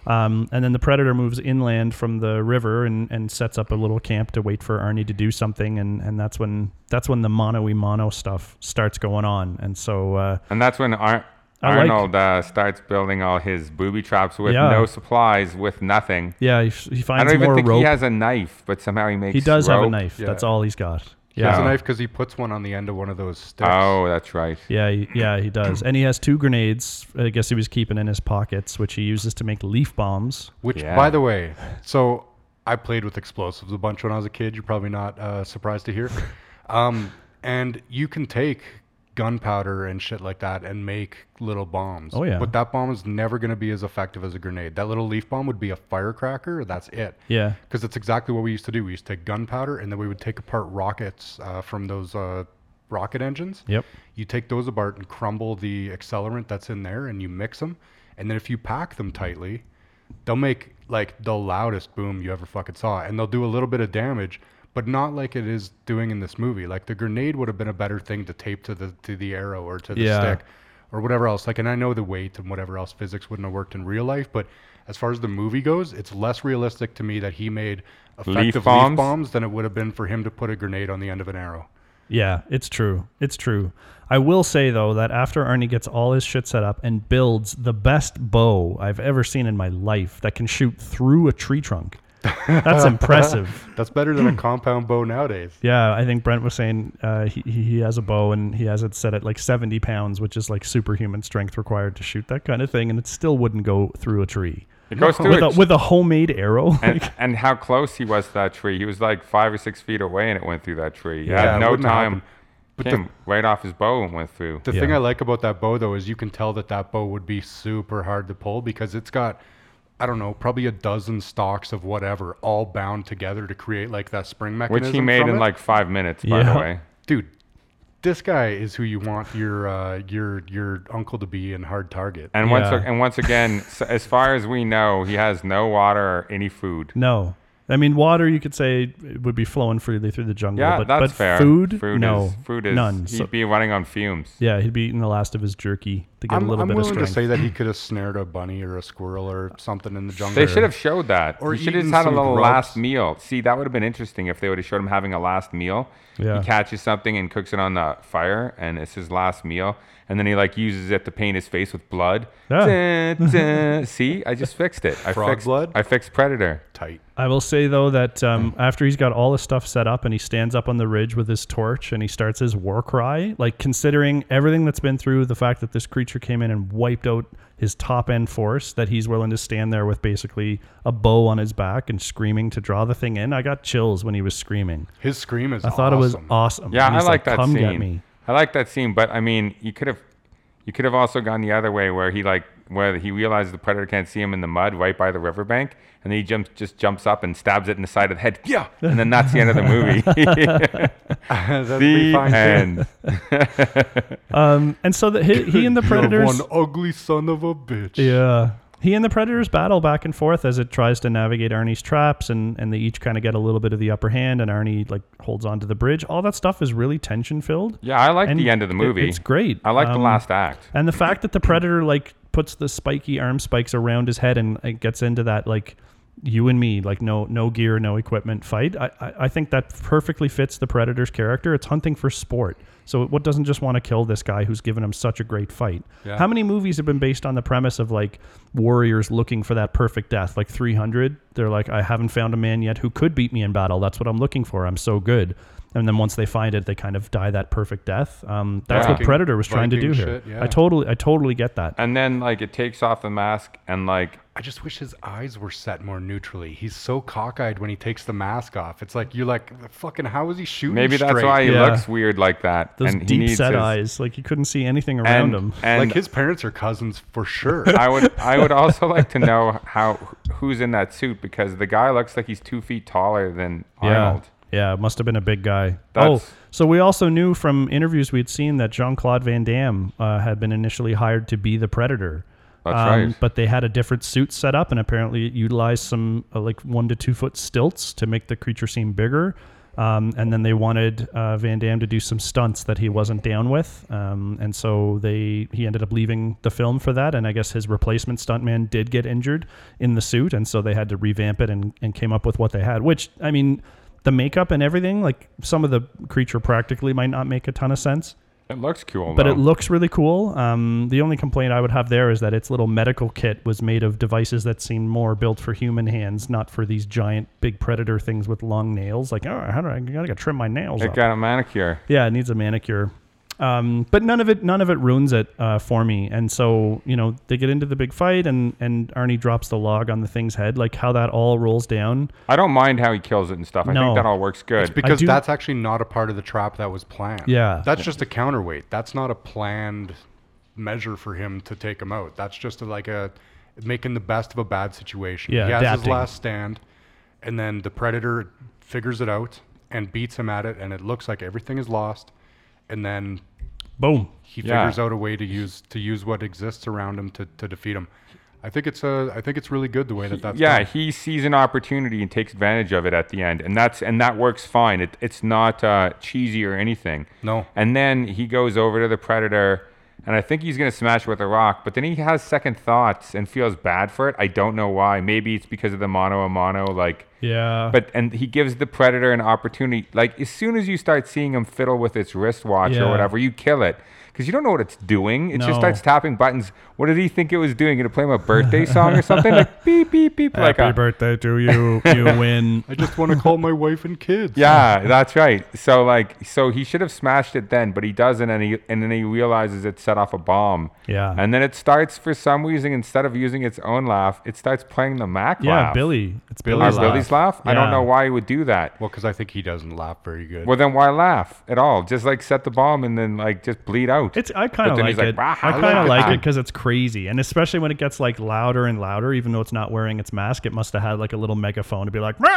Speaker 1: Um, and then the predator moves inland from the river and, and sets up a little camp to wait for Arnie to do something, and, and that's when that's when the mono y mono stuff starts going on. And so uh,
Speaker 2: And that's when Ar-
Speaker 1: I like-
Speaker 2: Arnold uh, starts building all his booby traps with
Speaker 1: Yeah.
Speaker 2: no supplies, with nothing.
Speaker 1: Yeah, he, f- he
Speaker 2: I
Speaker 1: finds
Speaker 2: don't even
Speaker 1: more
Speaker 2: think
Speaker 1: rope.
Speaker 2: he
Speaker 1: He,
Speaker 2: has a knife, but somehow he makes.
Speaker 1: does have a
Speaker 2: rope.
Speaker 1: knife.
Speaker 3: yeah.
Speaker 1: That's all he's got.
Speaker 3: He has
Speaker 1: Yeah,
Speaker 3: a
Speaker 2: Yeah.
Speaker 3: knife because he puts one on the end of one of those sticks.
Speaker 2: Oh, that's right.
Speaker 1: yeah, he, yeah, he does. And he has two grenades. I guess he was keeping in his pockets, which he uses to make leaf bombs.
Speaker 3: Which,
Speaker 2: Yeah.
Speaker 3: by the way, so I played with explosives a bunch when I was a kid. You're probably not uh, surprised to hear. Um, and you can take gunpowder and shit like that and make little bombs.
Speaker 1: Oh, yeah.
Speaker 3: But that bomb is never going to be as effective as a grenade. That little leaf bomb would be a firecracker. That's it.
Speaker 1: Yeah,
Speaker 3: Because it's exactly what we used to do. We used to take gunpowder and then we would take apart rockets uh, from those uh, rocket engines.
Speaker 1: Yep.
Speaker 3: You take those apart and crumble the accelerant that's in there and you mix them. And then if you pack them tightly, they'll make like the loudest boom you ever fucking saw. And they'll do a little bit of damage, but not like it is doing in this movie. Like the grenade would have been a better thing to tape to the to the arrow or to the
Speaker 1: Yeah.
Speaker 3: stick or whatever else. Like, and I know the weight and whatever else physics wouldn't have worked in real life, but as far as the movie goes, it's less realistic to me that he made effective leaf bombs,
Speaker 2: bombs?
Speaker 3: than it would have been for him to put a grenade on the end of an arrow.
Speaker 1: yeah, it's true. It's true. I will say though that after Arnie gets all his shit set up and builds the best bow I've ever seen in my life that can shoot through a tree trunk, that's impressive.
Speaker 3: That's better
Speaker 2: Hmm.
Speaker 3: than a compound bow nowadays.
Speaker 1: Yeah, I think Brent was saying uh, he he he has a bow and he has it set at like seventy pounds, which is like superhuman strength required to shoot that kind of thing, and it still wouldn't go through a tree
Speaker 2: It goes through
Speaker 1: with
Speaker 2: a
Speaker 1: a, with a homemade arrow.
Speaker 2: and, and how close he was to that tree. He was like five or six feet away, and it went through that tree. Yeah,
Speaker 3: it
Speaker 2: no
Speaker 3: wouldn't
Speaker 2: time.
Speaker 3: happen. But the,
Speaker 2: Came right off his bow and went through.
Speaker 3: the
Speaker 1: Yeah.
Speaker 3: thing I like about that bow though is you can tell that that bow would be super hard to pull because it's got I don't know, probably a dozen stalks of whatever all bound together to create like that spring mechanism.
Speaker 2: Which he made
Speaker 3: from
Speaker 2: in
Speaker 3: it.
Speaker 2: like five minutes, by
Speaker 1: Yeah.
Speaker 2: the way.
Speaker 3: dude, this guy is who you want your uh, your your uncle to be in Hard Target.
Speaker 2: And once
Speaker 1: Yeah.
Speaker 2: and once again, s as far as we know, he has no water or any food.
Speaker 1: No. I mean, water you could say would be flowing freely through the jungle,
Speaker 2: Yeah,
Speaker 1: but,
Speaker 2: that's
Speaker 1: but
Speaker 2: fair.
Speaker 1: food,
Speaker 2: food
Speaker 1: no,
Speaker 2: is food is
Speaker 1: none.
Speaker 2: He'd
Speaker 1: So-
Speaker 2: be running on fumes.
Speaker 1: yeah, he'd be eating the last of his jerky to get
Speaker 3: I'm,
Speaker 1: a little
Speaker 3: I'm
Speaker 1: bit of
Speaker 3: willing to
Speaker 1: strength.
Speaker 3: say that he could have snared a bunny or a squirrel or something in the jungle.
Speaker 2: They should have showed that.
Speaker 3: Or
Speaker 2: Or he should have
Speaker 3: eaten
Speaker 2: just had a
Speaker 3: some
Speaker 2: little
Speaker 3: grubs.
Speaker 2: last meal. See, that would have been interesting if they would have showed him having a last meal.
Speaker 1: Yeah.
Speaker 2: He catches something and cooks it on the fire, and it's his last meal. And then he like uses it to paint his face with blood.
Speaker 1: Yeah.
Speaker 2: Dun, dun. See, I just fixed it. I
Speaker 3: Frog
Speaker 2: fixed
Speaker 3: blood?
Speaker 2: I fixed Predator.
Speaker 3: tight.
Speaker 1: I will say though that um, after he's got all his stuff set up and he stands up on the ridge with his torch and he starts his war cry, like considering everything that's been through, the fact that this creature came in and wiped out his top end force, that he's willing to stand there with basically a bow on his back and screaming to draw the thing in. I got chills when he was screaming.
Speaker 3: His scream is.
Speaker 1: I thought it was
Speaker 3: awesome.
Speaker 1: awesome.
Speaker 2: Yeah,
Speaker 1: And
Speaker 2: I
Speaker 1: he's
Speaker 2: like, that
Speaker 1: Come
Speaker 2: scene.
Speaker 1: get me.
Speaker 2: I like that scene, but I mean, you could have, you could have also gone the other way where he like where he realizes the predator can't see him in the mud right by the riverbank, and then he jumps just jumps up and stabs it in the side of the head. Yeah, and then that's the end of the movie.
Speaker 3: That'd
Speaker 2: the
Speaker 3: be fine, too.
Speaker 2: end.
Speaker 1: Um, and so that he, he and the
Speaker 3: You're
Speaker 1: predators.
Speaker 3: one ugly son of a bitch.
Speaker 1: Yeah. He and the Predators battle back and forth as it tries to navigate Arnie's traps, and, and they each kind of get a little bit of the upper hand, and Arnie like holds onto the bridge. All that stuff is really tension filled.
Speaker 2: Yeah, I like
Speaker 1: And
Speaker 2: the end of the
Speaker 1: it-
Speaker 2: movie.
Speaker 1: it's great.
Speaker 2: I like the
Speaker 1: Um,
Speaker 2: last act.
Speaker 1: And the fact that the Predator like puts the spiky arm spikes around his head and it gets into that like you and me like no no gear no equipment fight. I, I I think that perfectly fits the Predator's character. It's hunting for sport. So what doesn't just want to kill this guy who's given him such a great fight? How many movies have been based on the premise of like warriors looking for that perfect death? Like 300, they're like I haven't found a man yet who could beat me in battle. That's what I'm looking for. I'm so good. And then once they find it, they kind of die that perfect death. Um, that's what
Speaker 2: Viking-
Speaker 1: Predator was trying to do
Speaker 3: Viking
Speaker 1: here.
Speaker 3: shit, yeah.
Speaker 1: I totally, I totally get that.
Speaker 2: And then like it takes off the mask and like
Speaker 3: I just wish his eyes were set more neutrally. He's so cockeyed when he takes the mask off. It's like you're like, fucking, how is he shooting?
Speaker 2: maybe that's
Speaker 3: straight?
Speaker 2: why he
Speaker 1: Yeah.
Speaker 2: looks weird like that.
Speaker 1: Those
Speaker 2: and he
Speaker 1: deep
Speaker 2: needs
Speaker 1: set
Speaker 2: his-
Speaker 1: eyes, like you couldn't see anything around
Speaker 2: And,
Speaker 1: him.
Speaker 2: and
Speaker 3: like his parents are cousins for sure.
Speaker 2: I would I would also like to know how who's in that suit because the guy looks like he's two feet taller than Arnold.
Speaker 1: Yeah, yeah, it must have been a big guy. oh,
Speaker 2: That's-
Speaker 1: so we also knew from interviews we'd seen that Jean Claude Van Damme uh, had been initially hired to be the Predator.
Speaker 2: That's right.
Speaker 1: Um, But they had a different suit set up and apparently utilized some uh, like one to two foot stilts to make the creature seem bigger. Um, and then they wanted uh, Van Damme to do some stunts that he wasn't down with, um, and so they he ended up leaving the film for that. And I guess his replacement stuntman did get injured in the suit, and so they had to revamp it and, and came up with what they had. Which I mean, the makeup and everything, like some of the creature practically might not make a ton of sense,
Speaker 2: It looks cool,
Speaker 1: but
Speaker 2: though.
Speaker 1: it looks really cool. Um, the only complaint I would have there is that its little medical kit was made of devices that seem more built for human hands, not for these giant big predator things with long nails. Like, oh, how do I, I gotta trim my nails?
Speaker 2: it
Speaker 1: up."
Speaker 2: got a manicure.
Speaker 1: Yeah, it needs a manicure. Um, but none of it, none of it ruins it uh, for me. And so, you know, they get into the big fight, and and Arnie drops the log on the thing's head. Like how that all rolls down.
Speaker 2: I don't mind how he kills it and stuff. I
Speaker 1: No.
Speaker 2: think that all works good.
Speaker 3: Because
Speaker 1: do-
Speaker 3: that's actually not a part of the trap that was planned.
Speaker 1: Yeah.
Speaker 3: That's just a counterweight. That's not a planned measure for him to take him out. That's just a, like a making the best of a bad situation.
Speaker 1: Yeah,
Speaker 3: He has his
Speaker 1: adapting.
Speaker 3: last stand, and then the predator figures it out and beats him at it, and it looks like everything is lost. And then
Speaker 1: Boom.
Speaker 3: he
Speaker 2: Yeah.
Speaker 3: figures out a way to use to use what exists around him to, to defeat him. I think it's a I think it's really good the way that that's
Speaker 2: yeah,
Speaker 3: done.
Speaker 2: he sees an opportunity and takes advantage of it at the end, and that's and that works fine. It, it's not uh, cheesy or anything.
Speaker 3: No.
Speaker 2: And then he goes over to the predator, and I think he's gonna smash it with a rock. But then he has second thoughts and feels bad for it. I don't know why. Maybe it's because of the mono a mono like
Speaker 1: Yeah.
Speaker 2: But and he gives the predator an opportunity. Like as soon as you start seeing him fiddle with its wristwatch
Speaker 1: Yeah.
Speaker 2: or whatever, you kill it. because you don't know what it's doing. It
Speaker 1: No.
Speaker 2: just starts tapping buttons. What did he think it was doing? Gonna play my birthday song or something? Like beep beep beep. like uh,
Speaker 1: Happy
Speaker 2: a-
Speaker 1: birthday to you. You win.
Speaker 3: I just want to call my wife and kids.
Speaker 2: Yeah, that's right. So like, so he should have smashed it then, but he doesn't, and he and then he realizes it set off a bomb.
Speaker 1: Yeah.
Speaker 2: And then it starts for some reason instead of using its own laugh, it starts playing the Mac
Speaker 1: Yeah,
Speaker 2: laugh.
Speaker 1: Billy. It's
Speaker 2: Or
Speaker 3: Billy's
Speaker 1: Billy's laugh.
Speaker 2: Billy's laugh. I
Speaker 1: Yeah.
Speaker 2: don't know why he would do that.
Speaker 3: Well, because I think he doesn't laugh very good.
Speaker 2: Well, then why laugh at all? Just like set the bomb and then like just bleed out.
Speaker 1: It's I kind
Speaker 2: But
Speaker 1: of
Speaker 2: then
Speaker 1: like
Speaker 2: he's
Speaker 1: it.
Speaker 2: like, "Rah,
Speaker 1: I
Speaker 2: I
Speaker 1: kind of
Speaker 2: like
Speaker 1: like
Speaker 2: it."
Speaker 1: it because it's crazy, and especially when it gets like louder and louder. Even though it's not wearing its mask, it must have had like a little megaphone to be like, "Rah!"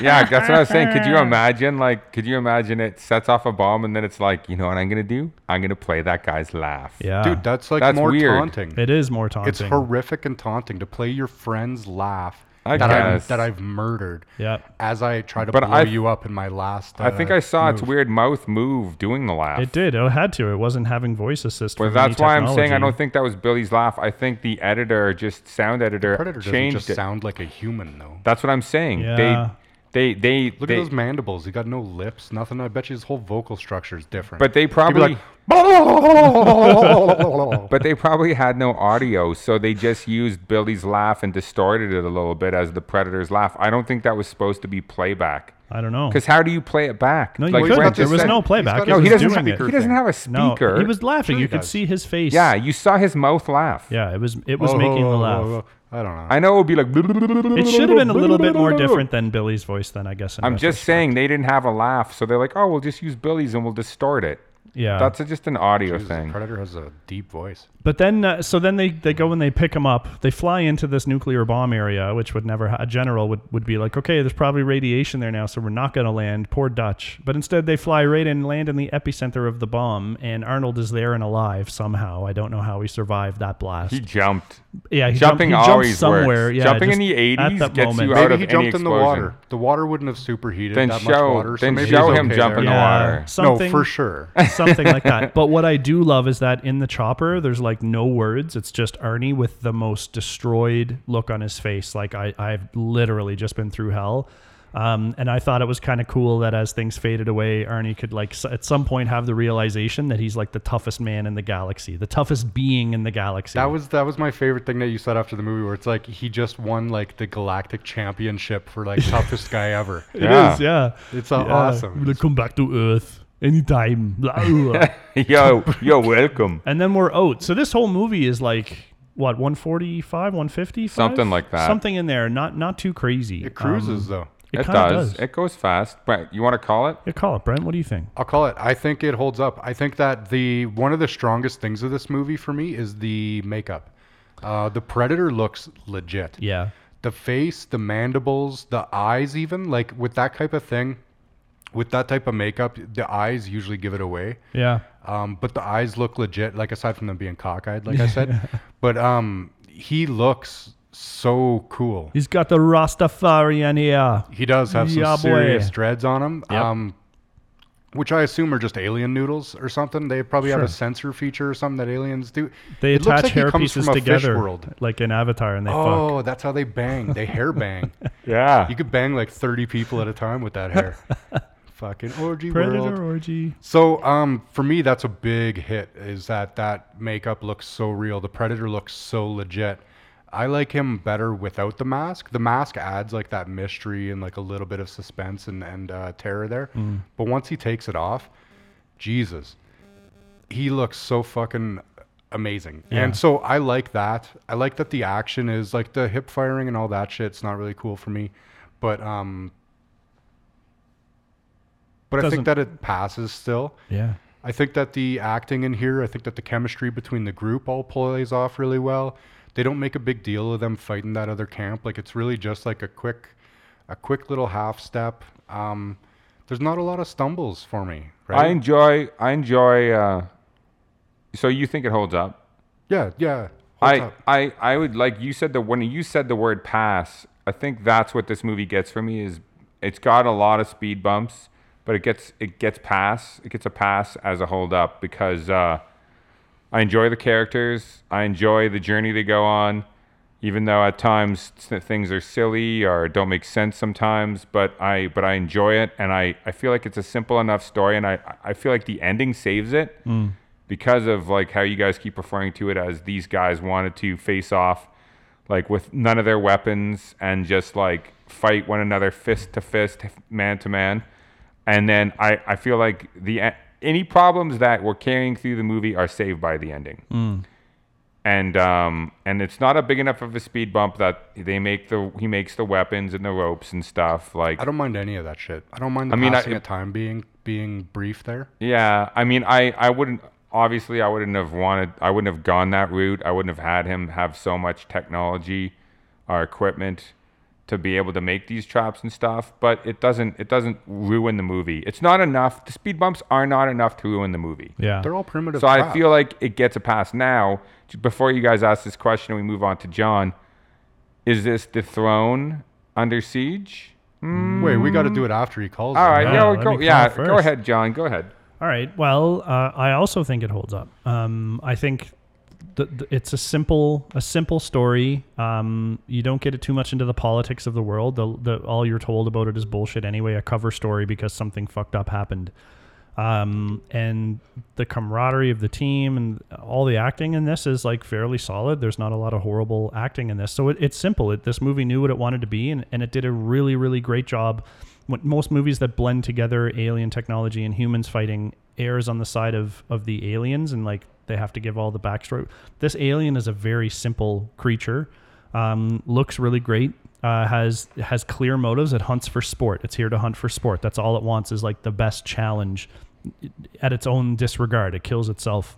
Speaker 2: yeah, that's what I was saying. Could you imagine? Like, could you imagine it sets off a bomb and then it's like, you know what I'm gonna do? I'm gonna play that guy's laugh.
Speaker 1: yeah,
Speaker 3: Dude, that's like
Speaker 2: That's
Speaker 3: more
Speaker 2: weird.
Speaker 3: taunting.
Speaker 1: it is more taunting.
Speaker 3: It's horrific and taunting to play your friend's laugh
Speaker 2: I
Speaker 3: that,
Speaker 2: guess.
Speaker 3: I've, that I've murdered
Speaker 1: Yeah,
Speaker 3: as I try to
Speaker 2: But
Speaker 3: blow
Speaker 2: I-
Speaker 3: you up in my last. Uh,
Speaker 2: I think I saw its
Speaker 3: move.
Speaker 2: weird mouth move doing the laugh.
Speaker 1: it did. It had to. It wasn't having voice assist.
Speaker 2: Well,
Speaker 1: from any
Speaker 2: that's why I'm saying I
Speaker 1: technology.
Speaker 2: don't think that was Billy's laugh. I think the editor, just sound editor,
Speaker 3: Predator doesn't
Speaker 2: changed
Speaker 3: just
Speaker 2: it.
Speaker 3: sound like a human, though.
Speaker 2: That's what I'm saying.
Speaker 1: Yeah.
Speaker 2: They, they, they,
Speaker 3: Look
Speaker 2: they-
Speaker 3: at those mandibles. He got no lips, nothing. I bet you his whole vocal structure is different.
Speaker 2: But they
Speaker 3: He'd be
Speaker 2: probably,
Speaker 3: like, but
Speaker 2: but they probably had no audio, so they just used Billy's laugh and distorted it a little bit as the Predator's laugh. I don't think that was supposed to be playback.
Speaker 1: I don't know.
Speaker 2: Because how do you play it back?
Speaker 1: No, you
Speaker 2: Like
Speaker 1: couldn't.
Speaker 2: Brent
Speaker 1: There
Speaker 2: just
Speaker 1: was
Speaker 2: said-
Speaker 1: no playback.
Speaker 3: got-
Speaker 1: It
Speaker 2: No, he
Speaker 1: was
Speaker 2: doesn't.
Speaker 1: doing it.
Speaker 2: He doesn't have a
Speaker 1: No,
Speaker 2: speaker.
Speaker 1: he was laughing.
Speaker 3: Sure
Speaker 1: you
Speaker 3: he
Speaker 1: could
Speaker 3: does.
Speaker 1: see his face.
Speaker 2: yeah, you saw his mouth laugh.
Speaker 1: yeah. It was. It
Speaker 3: Oh,
Speaker 1: was making the laugh.
Speaker 3: I don't know.
Speaker 2: I know it would be like.
Speaker 3: oh.
Speaker 1: It should have been a little bit more different than Billy's voice. Then I guess. in
Speaker 2: I'm just
Speaker 1: retrospect.
Speaker 2: saying they didn't have a laugh, so they're like, "Oh, we'll just use Billy's and we'll distort it."
Speaker 1: Yeah.
Speaker 2: That's a, just an audio
Speaker 3: Jesus,
Speaker 2: thing.
Speaker 3: Predator has a deep voice.
Speaker 1: But then, uh, so then they, they go and they pick him up. They fly into this nuclear bomb area, which would never, ha- a general would, would be like, okay, there's probably radiation there now, so we're not going to land. Poor Dutch. But instead, they fly right in, land in the epicenter of the bomb, and Arnold is there and alive somehow. I don't know how he survived that blast.
Speaker 2: He jumped.
Speaker 1: yeah, he jumped, he
Speaker 2: Jumping
Speaker 1: jumped
Speaker 2: always
Speaker 1: somewhere.
Speaker 2: works.
Speaker 1: Yeah,
Speaker 2: Jumping in
Speaker 1: just
Speaker 2: the 80s
Speaker 1: at that
Speaker 2: gets you
Speaker 1: moment.
Speaker 2: out
Speaker 3: Maybe
Speaker 2: of
Speaker 3: he
Speaker 2: any
Speaker 3: jumped in the
Speaker 2: explosion.
Speaker 3: water. The water wouldn't have superheated
Speaker 2: Then
Speaker 3: that
Speaker 2: show-
Speaker 3: much water. so
Speaker 2: then
Speaker 3: maybe
Speaker 2: show
Speaker 3: he's
Speaker 2: him
Speaker 3: okay
Speaker 2: jump
Speaker 3: there.
Speaker 2: in the
Speaker 1: Yeah,
Speaker 2: water. No,
Speaker 1: Something,
Speaker 3: No, for sure.
Speaker 1: something like that. But what I do love is that in the chopper, there's like no words. It's just Arnie with the most destroyed look on his face. Like I, I've literally just been through hell. Um, and I thought it was kind of cool that as things faded away, Arnie could like s- at some point have the realization that he's like the toughest man in the galaxy, the toughest being in the galaxy.
Speaker 3: That was that was my favorite thing that you said after the movie, where it's like he just won like the galactic championship for like toughest guy ever.
Speaker 2: Yeah.
Speaker 1: It is, yeah.
Speaker 3: It's uh,
Speaker 1: Yeah.
Speaker 3: awesome.
Speaker 1: We'll come back to Earth anytime. Blah, blah.
Speaker 2: yo, yo, welcome.
Speaker 1: and then we're out. So this whole movie is like what 145, 150,
Speaker 2: Something like that.
Speaker 1: Something in there, not not too crazy. Um,
Speaker 3: It cruises though.
Speaker 1: It,
Speaker 2: It,
Speaker 1: kinda
Speaker 2: does.
Speaker 1: does.
Speaker 2: It goes fast. Brent, you want to call it?
Speaker 1: Yeah, call it, Brent. What do you think?
Speaker 3: I'll call it. I think it holds up. I think that the one of the strongest things of this movie for me is the makeup. Uh, the Predator looks legit.
Speaker 1: Yeah,
Speaker 3: the face, the mandibles, the eyes, even like with that type of thing, with that type of makeup, the eyes usually give it away.
Speaker 1: yeah,
Speaker 3: Um, but the eyes look legit, like aside from them being cockeyed, like I said. But um, he looks so cool.
Speaker 1: he's got the Rastafarian here.
Speaker 3: He does have some
Speaker 1: Yeah, boy.
Speaker 3: serious dreads on him,
Speaker 1: Yep.
Speaker 3: um, which I assume are just alien noodles or something. They probably
Speaker 1: Sure.
Speaker 3: have a sensor feature or something that aliens do.
Speaker 1: They
Speaker 3: It looks
Speaker 1: attach
Speaker 3: like he
Speaker 1: hair
Speaker 3: comes
Speaker 1: pieces
Speaker 3: from a
Speaker 1: together,
Speaker 3: Fish world.
Speaker 1: like an Avatar, and they fuck.
Speaker 3: Oh, that's how they bang. They hair bang.
Speaker 2: Yeah.
Speaker 3: You could bang like 30 people at a time with that hair. Fucking orgy
Speaker 1: Predator
Speaker 3: world.
Speaker 1: orgy.
Speaker 3: So, um, for me, that's a big hit. Is that that makeup looks so real? The predator looks so legit. I like him better without the mask. The mask adds like that mystery and like a little bit of suspense and and uh, terror there. But once he takes it off, Jesus, he looks so fucking amazing. And so I like that. I like that the action is like the hip firing and all that shit. It's not really cool for me, but um. But I
Speaker 1: Doesn't-
Speaker 3: think that it passes still.
Speaker 1: Yeah,
Speaker 3: I think that the acting in here, I think that the chemistry between the group all plays off really well. They don't make a big deal of them fighting that other camp. Like it's really just like a quick, a quick little half step. Um, there's not a lot of stumbles for me,
Speaker 2: I
Speaker 3: right?
Speaker 2: enjoy. I enjoy. Uh, so you think it holds up?
Speaker 3: yeah, yeah.
Speaker 2: I,
Speaker 3: Holds up.
Speaker 2: I I would like you said the when you said the word pass, I think that's what this movie gets for me is it's got a lot of speed bumps, but it gets it gets pass it gets a pass as a hold up because uh, I enjoy the characters, I enjoy the journey they go on, even though at times s- things are silly or don't make sense sometimes. But I but I enjoy it, and I I feel like it's a simple enough story, and I I feel like the ending saves it because of like how you guys keep referring to it as these guys wanted to face off like with none of their weapons and just like fight one another fist to fist, man to man. And then I, I feel like the e- any problems that we're carrying through the movie are saved by the ending. And um and it's not a big enough of a speed bump that they make the he makes the weapons and the ropes and stuff like
Speaker 3: I don't mind any of that shit. I don't mind
Speaker 2: I
Speaker 3: the
Speaker 2: mean, I-
Speaker 3: passing of time being being brief there.
Speaker 2: Yeah, I mean, I I wouldn't obviously I wouldn't have wanted I wouldn't have gone that route. I wouldn't have had him have so much technology or equipment to be able to make these traps and stuff, but it doesn't it doesn't ruin the movie. It's not enough. The speed bumps are not enough to ruin the movie.
Speaker 1: Yeah.
Speaker 3: They're all primitive.
Speaker 2: So I
Speaker 3: crap.
Speaker 2: feel like it gets a pass now. J- Before you guys ask this question and we move on to John, is this the throne under siege?
Speaker 3: Wait, we got to do it after he calls.
Speaker 2: Mm. All
Speaker 3: them.
Speaker 1: No,
Speaker 2: right, yeah,
Speaker 1: let me
Speaker 2: go,
Speaker 1: call
Speaker 2: yeah,
Speaker 1: first.
Speaker 2: go ahead, John. Go ahead.
Speaker 1: All right. Well, uh, I also think it holds up. Um, I think th- th- it's a simple, a simple story. Um, you don't get it too much into the politics of the world. The, the all you're told about it is bullshit anyway. A cover story because something fucked up happened. Um, and the camaraderie of the team and all the acting in this is like fairly solid. There's not a lot of horrible acting in this, so it, it's simple. It, this movie knew what it wanted to be, and, and it did a really, really great job. When most movies that blend together alien technology and humans fighting errs on the side of of the aliens, and like they have to give all the backstory. This alien is a very simple creature. Um, looks really great. Uh, has has clear motives. It hunts for sport. It's here to hunt for sport. That's all it wants is like the best challenge. At its own disregard, it kills itself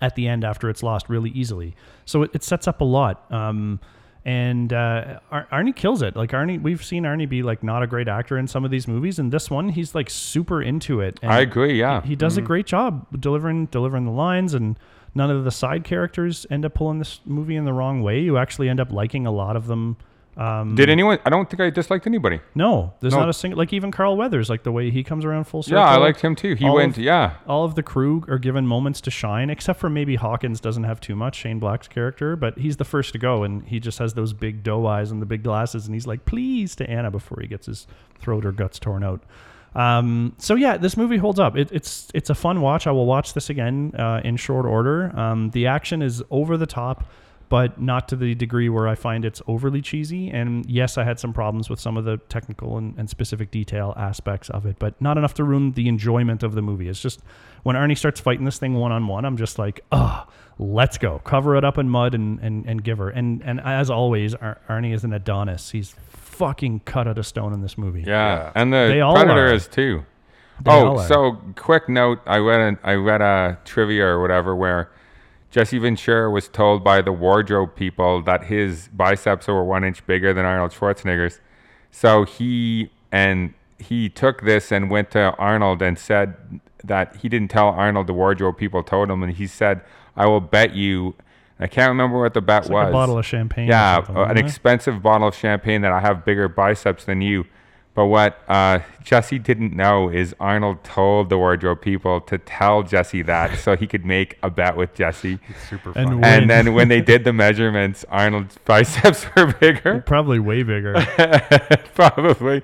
Speaker 1: at the end after it's lost really easily. So it, it sets up a lot. Um, and uh, Ar- Arnie kills it. Like Arnie, we've seen Arnie be like not a great actor in some of these movies, and this one he's like super into it. And
Speaker 2: I agree, yeah.
Speaker 1: he does a great job delivering delivering the lines and none of the side characters end up pulling this movie in the wrong way you actually end up liking a lot of them um,
Speaker 2: Did anyone? I don't think I disliked anybody.
Speaker 1: no there's
Speaker 2: No.
Speaker 1: not a single like even carl weathers like the way he comes around full circle
Speaker 2: Yeah, I liked him too. He
Speaker 1: all
Speaker 2: went.
Speaker 1: of-
Speaker 2: yeah,
Speaker 1: all of the crew are given moments to shine except for maybe hawkins doesn't have too much shane black's character but he's the first to go and he just has those big doe eyes and the big glasses and he's like please to anna before he gets his throat or guts torn out um, so yeah, this movie holds up. It, it's it's a fun watch. I will watch this again uh, in short order. Um, the action is over the top, but not to the degree where I find it's overly cheesy. And yes, I had some problems with some of the technical and, and specific detail aspects of it, but not enough to ruin the enjoyment of the movie. It's just when Ernie starts fighting this thing one on one, I'm just like, oh, let's go, cover it up in mud and and, and give her. And and as always, Ar- Ernie is an Adonis. He's fucking cut out of stone in this movie.
Speaker 2: yeah, and the
Speaker 1: They all
Speaker 2: predator
Speaker 1: are.
Speaker 2: is too.
Speaker 1: all
Speaker 2: oh,
Speaker 1: are.
Speaker 2: so quick note: I read an, I read a trivia or whatever where Jesse Ventura was told by the wardrobe people that his biceps were one inch bigger than Arnold Schwarzenegger's. So he and he took this and went to Arnold and said that he didn't tell Arnold the wardrobe people told him, and he said, "I will bet you." I can't remember what the bet
Speaker 1: It's
Speaker 2: was.
Speaker 1: like a bottle of champagne. or
Speaker 2: Yeah,
Speaker 1: something,
Speaker 2: uh, an
Speaker 1: isn't it?
Speaker 2: expensive bottle of champagne that I have bigger biceps than you. But what uh, Jesse didn't know is Arnold told the wardrobe people to tell Jesse that so he could make a bet with Jesse.
Speaker 3: Super
Speaker 1: And
Speaker 3: fun.
Speaker 1: we-
Speaker 2: And then when they did the measurements, Arnold's biceps were bigger,
Speaker 1: probably way bigger.
Speaker 2: probably.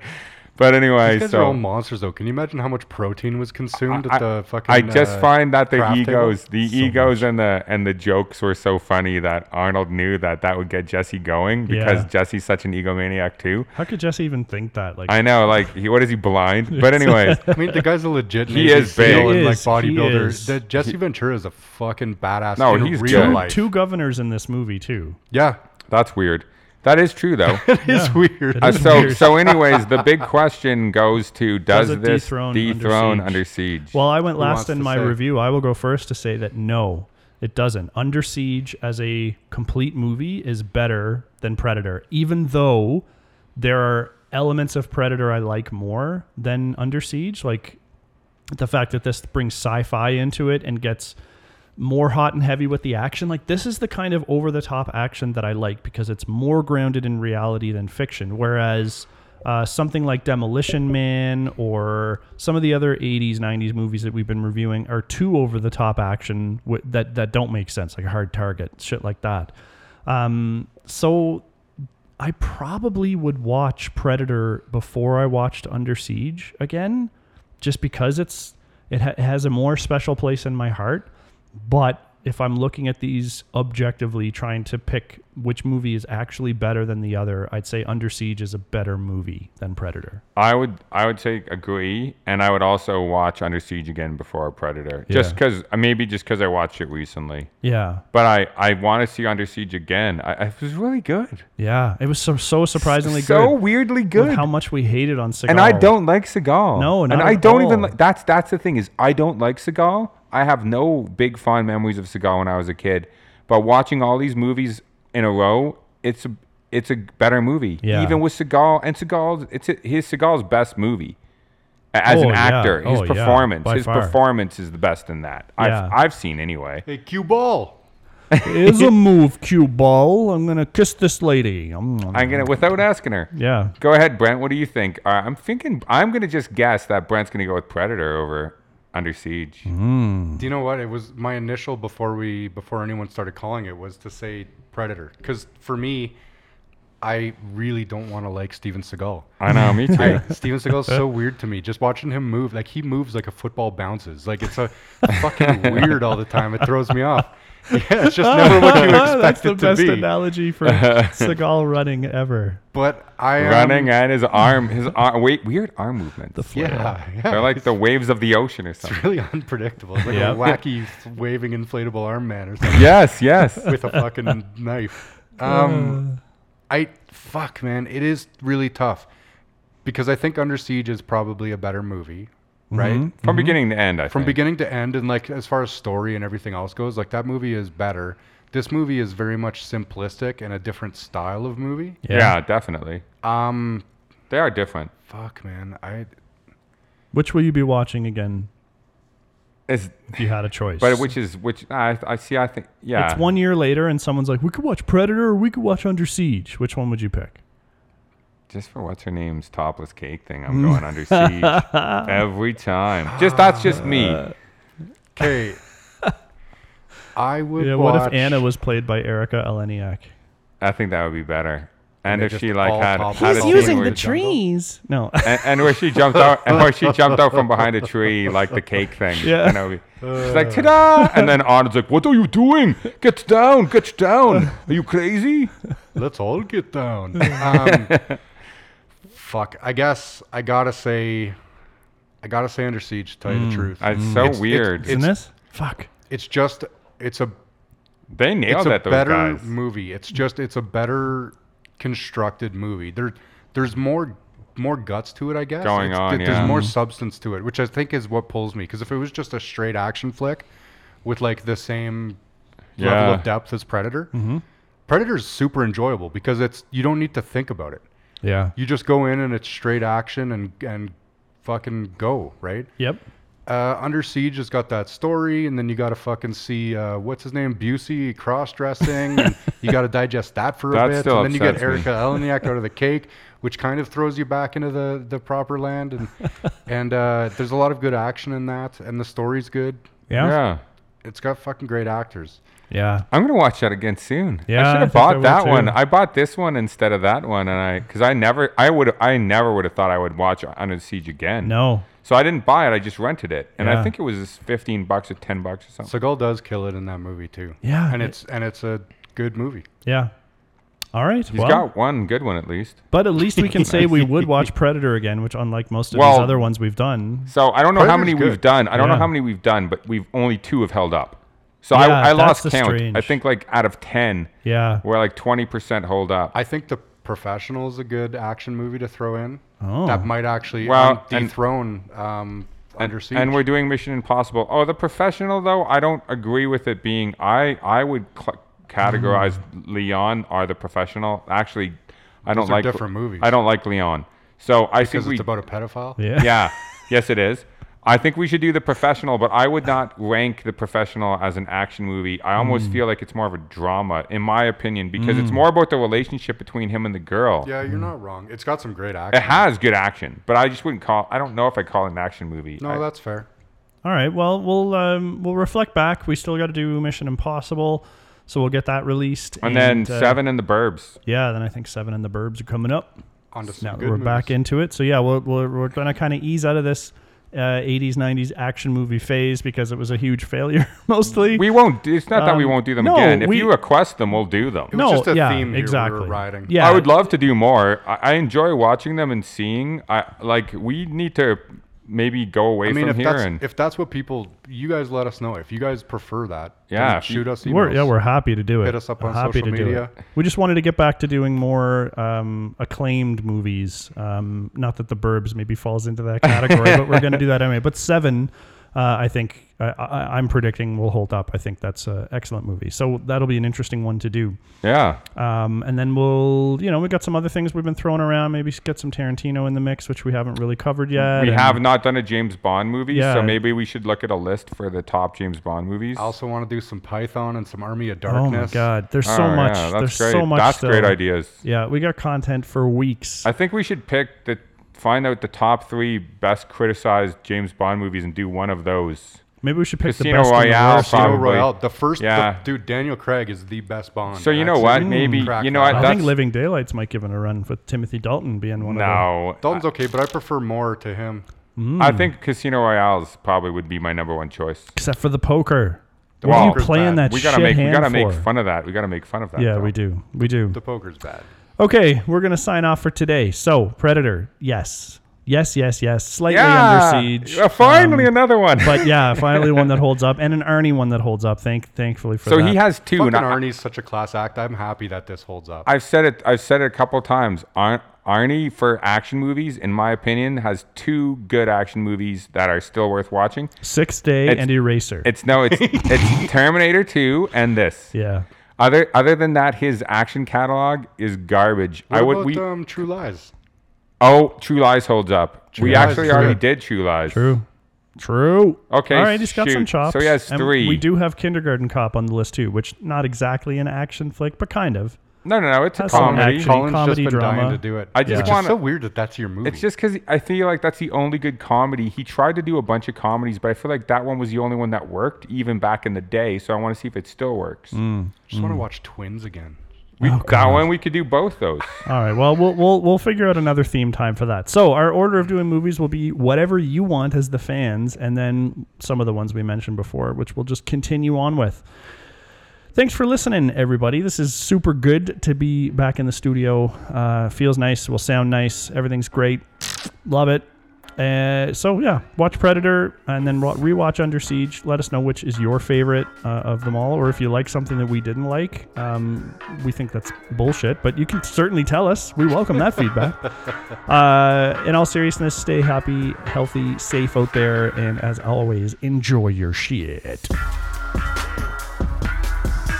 Speaker 2: But anyway,
Speaker 3: These guys
Speaker 2: so
Speaker 3: are all monsters, though. Can you imagine how much protein was consumed
Speaker 2: I-
Speaker 3: at the fucking?
Speaker 2: I just
Speaker 3: uh,
Speaker 2: find that the
Speaker 3: craft table?
Speaker 2: egos, the egos, and the and the jokes were so funny that Arnold knew that that would get Jesse going because
Speaker 1: Yeah.
Speaker 2: Jesse's such an egomaniac too.
Speaker 1: How could Jesse even think that? Like
Speaker 2: I know, like, he, what is he blind? But anyways,
Speaker 3: I mean, the guy's a legit.
Speaker 2: He
Speaker 3: Navy
Speaker 2: is
Speaker 3: SEAL
Speaker 2: big.
Speaker 3: and,
Speaker 1: He
Speaker 3: like
Speaker 1: is, he is.
Speaker 3: bodybuilder. The Jesse Ventura is a fucking badass.
Speaker 2: No,
Speaker 3: in
Speaker 2: he's
Speaker 3: real
Speaker 2: good.
Speaker 1: two,
Speaker 3: life.
Speaker 1: two governors in this movie too.
Speaker 3: Yeah,
Speaker 2: that's weird. That is true though.
Speaker 3: it is weird.
Speaker 2: Uh,
Speaker 1: is
Speaker 2: so,
Speaker 1: weird.
Speaker 2: so, anyways, the big question goes to: Does,
Speaker 1: Does it
Speaker 2: this
Speaker 1: dethrone
Speaker 2: dethrone,
Speaker 1: Under Siege?
Speaker 2: under siege?
Speaker 1: Well, I went last
Speaker 3: wants
Speaker 1: in
Speaker 3: to
Speaker 1: my
Speaker 3: say?
Speaker 1: review. I will go first to say that no, it doesn't. Under Siege as a complete movie is better than Predator, even though there are elements of Predator I like more than Under Siege. Like the fact that this brings sci-fi into it and gets more hot and heavy with the action. Like this is the kind of over the top action that I like because it's more grounded in reality than fiction. Whereas uh, something like Demolition Man or some of the other 80s, 90s movies that we've been reviewing are too over the top action wi- that that don't make sense, like Hard Target, shit like that. Um, so I probably would watch Predator before I watched Under Siege again, just because it's it ha- has a more special place in my heart. But if I'm looking at these objectively, trying to pick which movie is actually better than the other, I'd say Under Siege is a better movie than Predator.
Speaker 2: I would I would say agree, and I would also watch Under Siege again before Predator, just
Speaker 1: Yeah.
Speaker 2: because maybe just because I watched it recently.
Speaker 1: Yeah,
Speaker 2: But I I want to see Under Siege again. I, it was really good,
Speaker 1: yeah. It was so, so surprisingly
Speaker 2: so
Speaker 1: good.
Speaker 2: weirdly
Speaker 1: with
Speaker 2: good.
Speaker 1: How much we hated on Seagal.
Speaker 2: and I don't like Seagal.
Speaker 1: No, not
Speaker 2: and I
Speaker 1: at
Speaker 2: don't even
Speaker 1: all.
Speaker 2: like that's that's the thing is I don't like Seagal. I have no big fond memories of Seagal when I was a kid, but watching all these movies in a row, it's a it's a better movie.
Speaker 1: Yeah.
Speaker 2: Even with Seagal and Seagal's, it's his Seagal's best movie A- as
Speaker 1: Oh,
Speaker 2: an
Speaker 1: yeah.
Speaker 2: actor. His
Speaker 1: Oh, yeah.
Speaker 2: performance,
Speaker 1: By
Speaker 2: his
Speaker 1: far.
Speaker 2: performance is the best in that
Speaker 1: Yeah.
Speaker 2: I've I've seen anyway.
Speaker 3: Hey, cue ball.
Speaker 1: Is a move, cue ball. I'm gonna kiss this lady. Um, um,
Speaker 2: I'm gonna without asking her.
Speaker 1: yeah.
Speaker 2: Go ahead, Brent. What do you think? Uh, I'm thinking. I'm gonna just guess that Brent's gonna go with Predator over Under Siege.
Speaker 3: Do you know what? It was my initial before we before anyone started calling it was to say Predator because for me, I really don't want to like Steven Seagal.
Speaker 2: I know, me too.
Speaker 3: I, Steven Seagal's so weird to me. Just watching him move, like he moves like a football bounces. Like it's a fucking weird all the time. It throws me off. Yeah, it's just never what you expect
Speaker 1: That's
Speaker 3: it
Speaker 1: the
Speaker 3: to
Speaker 1: best
Speaker 3: be.
Speaker 1: analogy for Seagal running ever.
Speaker 3: But I am
Speaker 2: running and his arm, his arm, wait, weird arm movements.
Speaker 3: Yeah, yeah.
Speaker 2: They're like the waves of the ocean or
Speaker 3: it's
Speaker 2: something.
Speaker 3: really unpredictable. It's like
Speaker 1: Yeah.
Speaker 3: a wacky waving inflatable arm man or something
Speaker 2: yes, yes.
Speaker 3: with a fucking knife. Um, I fuck man, it is really tough because I think Under Siege is probably a better movie, right?
Speaker 2: From beginning to end, I
Speaker 3: Mm-hmm. From
Speaker 2: think.
Speaker 3: beginning to end, and like as far as story and everything else goes, like that movie is better. This movie is very much simplistic and a different style of movie.
Speaker 2: Yeah. definitely.
Speaker 3: Um,
Speaker 2: They are different.
Speaker 3: fuck man, I
Speaker 1: Which will you be watching again?
Speaker 2: It's,
Speaker 1: If you had a choice.
Speaker 2: but which is which? I, I see. I think. Yeah.
Speaker 1: It's one year later, and someone's like, "We could watch Predator, or we could watch Under Siege. Which one would you pick?"
Speaker 2: Just for what's her name's topless cake thing,
Speaker 3: Mm.
Speaker 2: I'm going under siege every time. Just that's just me.
Speaker 3: Uh. okay. I would.
Speaker 1: Yeah, what
Speaker 3: watch-
Speaker 1: if Anna was played by Erica Eleniak?
Speaker 2: I think that would be better. And
Speaker 3: they
Speaker 2: if
Speaker 3: just
Speaker 2: she like
Speaker 3: all
Speaker 2: had,
Speaker 3: topless.
Speaker 2: had
Speaker 3: He's
Speaker 2: a
Speaker 3: using
Speaker 2: scene
Speaker 3: the
Speaker 2: where-
Speaker 3: tr- trees.
Speaker 1: No,
Speaker 2: and, and where she jumped out and where she jumped out from behind a tree like the cake thing.
Speaker 1: Yeah.
Speaker 2: You know,
Speaker 3: Uh.
Speaker 2: she's like ta-da, and then Arnold's like, "What are you doing? Get down! Get down! Are you crazy?"
Speaker 3: Let's all get down. Um, fuck. I guess I gotta say, I gotta say, Under Siege. To tell you the truth,
Speaker 2: It's Mm, so
Speaker 3: Mm. It's- it's-
Speaker 2: weird.
Speaker 1: isn't this? Fuck.
Speaker 3: it's just it's a
Speaker 2: they nailed
Speaker 3: it's a
Speaker 2: that those
Speaker 3: better
Speaker 2: guys.
Speaker 3: movie. It's just it's a better constructed movie. There there's more more guts to it, I guess.
Speaker 2: Going
Speaker 3: It's-
Speaker 2: on,
Speaker 3: th- There's
Speaker 2: yeah.
Speaker 3: more substance to it, which I think is what pulls me. Because if it was just a straight action flick with like the same level
Speaker 2: Yeah.
Speaker 3: of depth as Predator, Predator's super enjoyable because it's you don't need to think about it.
Speaker 1: Yeah.
Speaker 3: You just go in and it's straight action and and fucking go right.
Speaker 1: Yep.
Speaker 3: Uh, Under Siege has got that story, and then you got to fucking see uh, what's his name, Busey cross dressing. and you got to digest that for a
Speaker 2: That
Speaker 3: bit,
Speaker 2: still
Speaker 3: and then you get
Speaker 2: upsets me.
Speaker 3: Erica Eleniak out of the cake, which kind of throws you back into the the proper land. And and uh, there's a lot of good action in that, and the story's good.
Speaker 1: Yeah. Yeah.
Speaker 2: Yeah,
Speaker 3: It's got fucking great actors.
Speaker 1: Yeah.
Speaker 2: I'm gonna watch that again soon.
Speaker 1: Yeah,
Speaker 2: I
Speaker 1: I
Speaker 2: should have
Speaker 1: think I
Speaker 2: bought
Speaker 1: will
Speaker 2: that
Speaker 1: too.
Speaker 2: one. I bought this one instead of that one, and I because I never, I would, I never would have thought I would watch Under Siege again.
Speaker 1: No.
Speaker 2: So I didn't buy it. I just rented it, and
Speaker 1: Yeah.
Speaker 2: I think it was 15 bucks or 10 bucks or something.
Speaker 3: Seagal does kill it in that movie too.
Speaker 1: Yeah,
Speaker 3: and
Speaker 1: it-
Speaker 3: it's and it's a good movie.
Speaker 1: Yeah. All right.
Speaker 2: He's
Speaker 1: well,
Speaker 2: got one good one at least.
Speaker 1: but at least we can say we would watch Predator again, which unlike most of these
Speaker 2: Well-
Speaker 1: other ones we've done.
Speaker 2: So I don't know how
Speaker 3: Predator's
Speaker 2: many
Speaker 3: good.
Speaker 2: we've done. I don't
Speaker 1: Yeah.
Speaker 2: know how many we've done, but we've only two have held up. So
Speaker 1: Yeah,
Speaker 2: I, I
Speaker 1: that's
Speaker 2: lost
Speaker 1: the
Speaker 2: count. I
Speaker 1: strange.
Speaker 2: think like out of ten,
Speaker 1: Yeah.
Speaker 2: we're like twenty percent hold up.
Speaker 3: I think the Professional is a good action movie to throw in.
Speaker 1: Oh.
Speaker 3: That might actually
Speaker 2: Well,
Speaker 3: um,
Speaker 2: and-
Speaker 3: dethrone um, Under
Speaker 2: and,
Speaker 3: Siege.
Speaker 2: and we're doing Mission Impossible. Oh, the professional though, I don't agree with it being. I I would cl- categorize
Speaker 1: Mm-hmm.
Speaker 2: Leon or the professional. Actually, I don't
Speaker 3: Those are
Speaker 2: like
Speaker 3: different movies.
Speaker 2: I don't like Leon. So I think
Speaker 3: because
Speaker 2: we
Speaker 3: it's about a pedophile.
Speaker 1: Yeah.
Speaker 2: yeah. Yes, it is. I think we should do the professional, but I would not rank the professional as an action movie. I
Speaker 3: Mm.
Speaker 2: almost feel like it's more of a drama, in my opinion, because it's more about the relationship between him and the girl.
Speaker 3: Yeah,
Speaker 1: Mm.
Speaker 3: you're not wrong. It's got some great
Speaker 2: It
Speaker 3: action.
Speaker 2: has good action, but I just wouldn't call. I don't know if I call it an action movie.
Speaker 3: no,
Speaker 2: I-
Speaker 3: that's fair.
Speaker 1: All right. Well, we'll um, we'll reflect back. We still got to do Mission Impossible, so we'll get that released.
Speaker 2: and then
Speaker 1: uh,
Speaker 2: Seven and the Burbs.
Speaker 1: Yeah. Then I think Seven and the Burbs are coming up.
Speaker 3: On to some
Speaker 1: now that
Speaker 3: good
Speaker 1: we're back
Speaker 3: movies.
Speaker 1: into it. So yeah, we're we're, we're going to kind of ease out of this uh, 80s, 90s action movie phase because it was a huge failure mostly.
Speaker 2: We won't. It's not that we
Speaker 1: Um,
Speaker 2: won't do them
Speaker 1: no,
Speaker 2: again. If
Speaker 1: we-
Speaker 2: you request them, we'll do them.
Speaker 3: was just a
Speaker 1: yeah,
Speaker 3: theme here we were
Speaker 1: exactly.
Speaker 3: riding.
Speaker 1: Yeah,
Speaker 2: I would love to do more. I, I enjoy watching them and seeing. I like. We need to maybe go away
Speaker 3: I mean,
Speaker 2: from
Speaker 3: if
Speaker 2: here
Speaker 3: that's,
Speaker 2: and
Speaker 3: if that's what people, you guys let us know. If you guys prefer that, then
Speaker 2: Yeah, if you-
Speaker 3: shoot us emails.
Speaker 1: We're, yeah, we're happy to do it.
Speaker 3: Hit us up on
Speaker 1: happy
Speaker 3: social
Speaker 1: to do
Speaker 3: media.
Speaker 1: it. We just wanted to get back to doing more um, acclaimed movies. Um, not that The Burbs maybe falls into that category, but we're going to do that anyway. But Seven, uh, I think I, I, I'm predicting will hold up. I think that's an excellent movie. So that'll be an interesting one to do.
Speaker 2: yeah,
Speaker 1: Um, and then we'll, you know, we got some other things we've been throwing around. Maybe get some Tarantino in the mix, which we haven't really covered yet.
Speaker 2: we
Speaker 1: And-
Speaker 2: have not done a James Bond movie,
Speaker 1: Yeah.
Speaker 2: so maybe we should look at a list for the top James Bond movies.
Speaker 3: I also want to do some Python and some Army of
Speaker 1: Oh
Speaker 3: Darkness.
Speaker 1: my God! There's so
Speaker 2: Oh,
Speaker 1: much.
Speaker 2: yeah,
Speaker 1: There's so much.
Speaker 2: That's
Speaker 1: still.
Speaker 2: great ideas.
Speaker 1: Yeah, we got content for weeks.
Speaker 2: I think we should pick the find out the top three best criticized James Bond movies and do one of those.
Speaker 1: Maybe we should pick
Speaker 2: Casino
Speaker 1: the best. and the
Speaker 2: Royale,
Speaker 1: worst.
Speaker 3: Casino
Speaker 2: Probably.
Speaker 3: Royale. The first,
Speaker 2: Yeah.
Speaker 3: the, dude, Daniel Craig is the best Bond.
Speaker 2: So you know
Speaker 3: That's-
Speaker 2: what? Maybe
Speaker 3: Crack
Speaker 2: you know
Speaker 3: that.
Speaker 2: what?
Speaker 3: I
Speaker 1: I
Speaker 2: That's,
Speaker 1: think Living Daylights might give it a run with Timothy Dalton being one of
Speaker 2: no.
Speaker 3: Dalton's okay, but I prefer more to him.
Speaker 2: I think Casino Royales probably would be my number one choice.
Speaker 1: the except for the poker.
Speaker 3: The
Speaker 1: what are you
Speaker 3: poker's
Speaker 1: playing
Speaker 3: bad.
Speaker 1: that
Speaker 2: we gotta
Speaker 1: shit
Speaker 2: make we
Speaker 1: hand
Speaker 2: gotta
Speaker 1: for?
Speaker 2: make fun of that. We gotta make fun of that.
Speaker 1: Yeah,
Speaker 2: though.
Speaker 1: we do. We do.
Speaker 3: The poker's bad.
Speaker 1: Okay, we're gonna sign off for today. So Predator, yes, yes, yes, yes. Slightly
Speaker 2: Yeah.
Speaker 1: under siege.
Speaker 2: Uh, finally,
Speaker 1: Um,
Speaker 2: another one.
Speaker 1: but yeah, finally one that holds up, and an Arnie one that holds up. Thank, thankfully for
Speaker 2: so
Speaker 1: that.
Speaker 2: he has two.
Speaker 3: Fucking
Speaker 2: And I,
Speaker 3: Arnie's such a class act. I'm happy that this holds up.
Speaker 2: I've said it. I've said it a couple times. Ar- Arnie for action movies, in my opinion, has two good action movies that are still worth watching.
Speaker 1: Six Day
Speaker 2: It's-
Speaker 1: and Eraser.
Speaker 2: It's no, it's it's Terminator Two and this.
Speaker 1: yeah,
Speaker 2: Other other than that, his action catalog is garbage.
Speaker 3: what
Speaker 2: I
Speaker 3: about
Speaker 2: would we
Speaker 3: um, True Lies?
Speaker 2: oh True Lies holds up. we
Speaker 3: Lies
Speaker 2: actually
Speaker 3: is
Speaker 2: already
Speaker 3: good.
Speaker 2: did True Lies.
Speaker 1: true, true.
Speaker 2: Okay,
Speaker 1: All right, he's got some
Speaker 2: shoot. So
Speaker 1: chops.
Speaker 2: he has
Speaker 1: And
Speaker 2: three.
Speaker 1: we do have Kindergarten Cop on the list too, which not exactly an action flick, but kind of.
Speaker 2: No, no, no. It's a
Speaker 1: Has some
Speaker 2: comedy.
Speaker 1: action.
Speaker 3: Colin's
Speaker 1: comedy,
Speaker 3: just been dying
Speaker 1: drama.
Speaker 3: to do it.
Speaker 2: I just
Speaker 3: It's
Speaker 2: wanna-
Speaker 3: so weird that that's your movie.
Speaker 2: It's just because I feel like that's the only good comedy. He tried to do a bunch of comedies, but I feel like that one was the only one that worked, even back in the day. So I want to see if it still works.
Speaker 1: Mm.
Speaker 3: just want to watch Twins again.
Speaker 2: We, that
Speaker 1: God.
Speaker 2: one we could do both those.
Speaker 1: All right. Well, we'll we'll we'll figure out another theme time for that. So our order of doing movies will be whatever you want as the fans, and then some of the ones we mentioned before, which we'll just continue on with. Thanks for listening, everybody. This is super good to be back in the studio. Uh, feels nice. Will sound nice. Everything's great. Love it. Uh, so yeah, watch Predator and then wa- rewatch Under Siege. Let us know which is your favorite uh, of them all, or if you like something that we didn't like. Um, we think that's bullshit, but you can certainly tell us. We welcome that feedback. Uh, in all seriousness, stay happy, healthy, safe out there, and as always, enjoy your shit.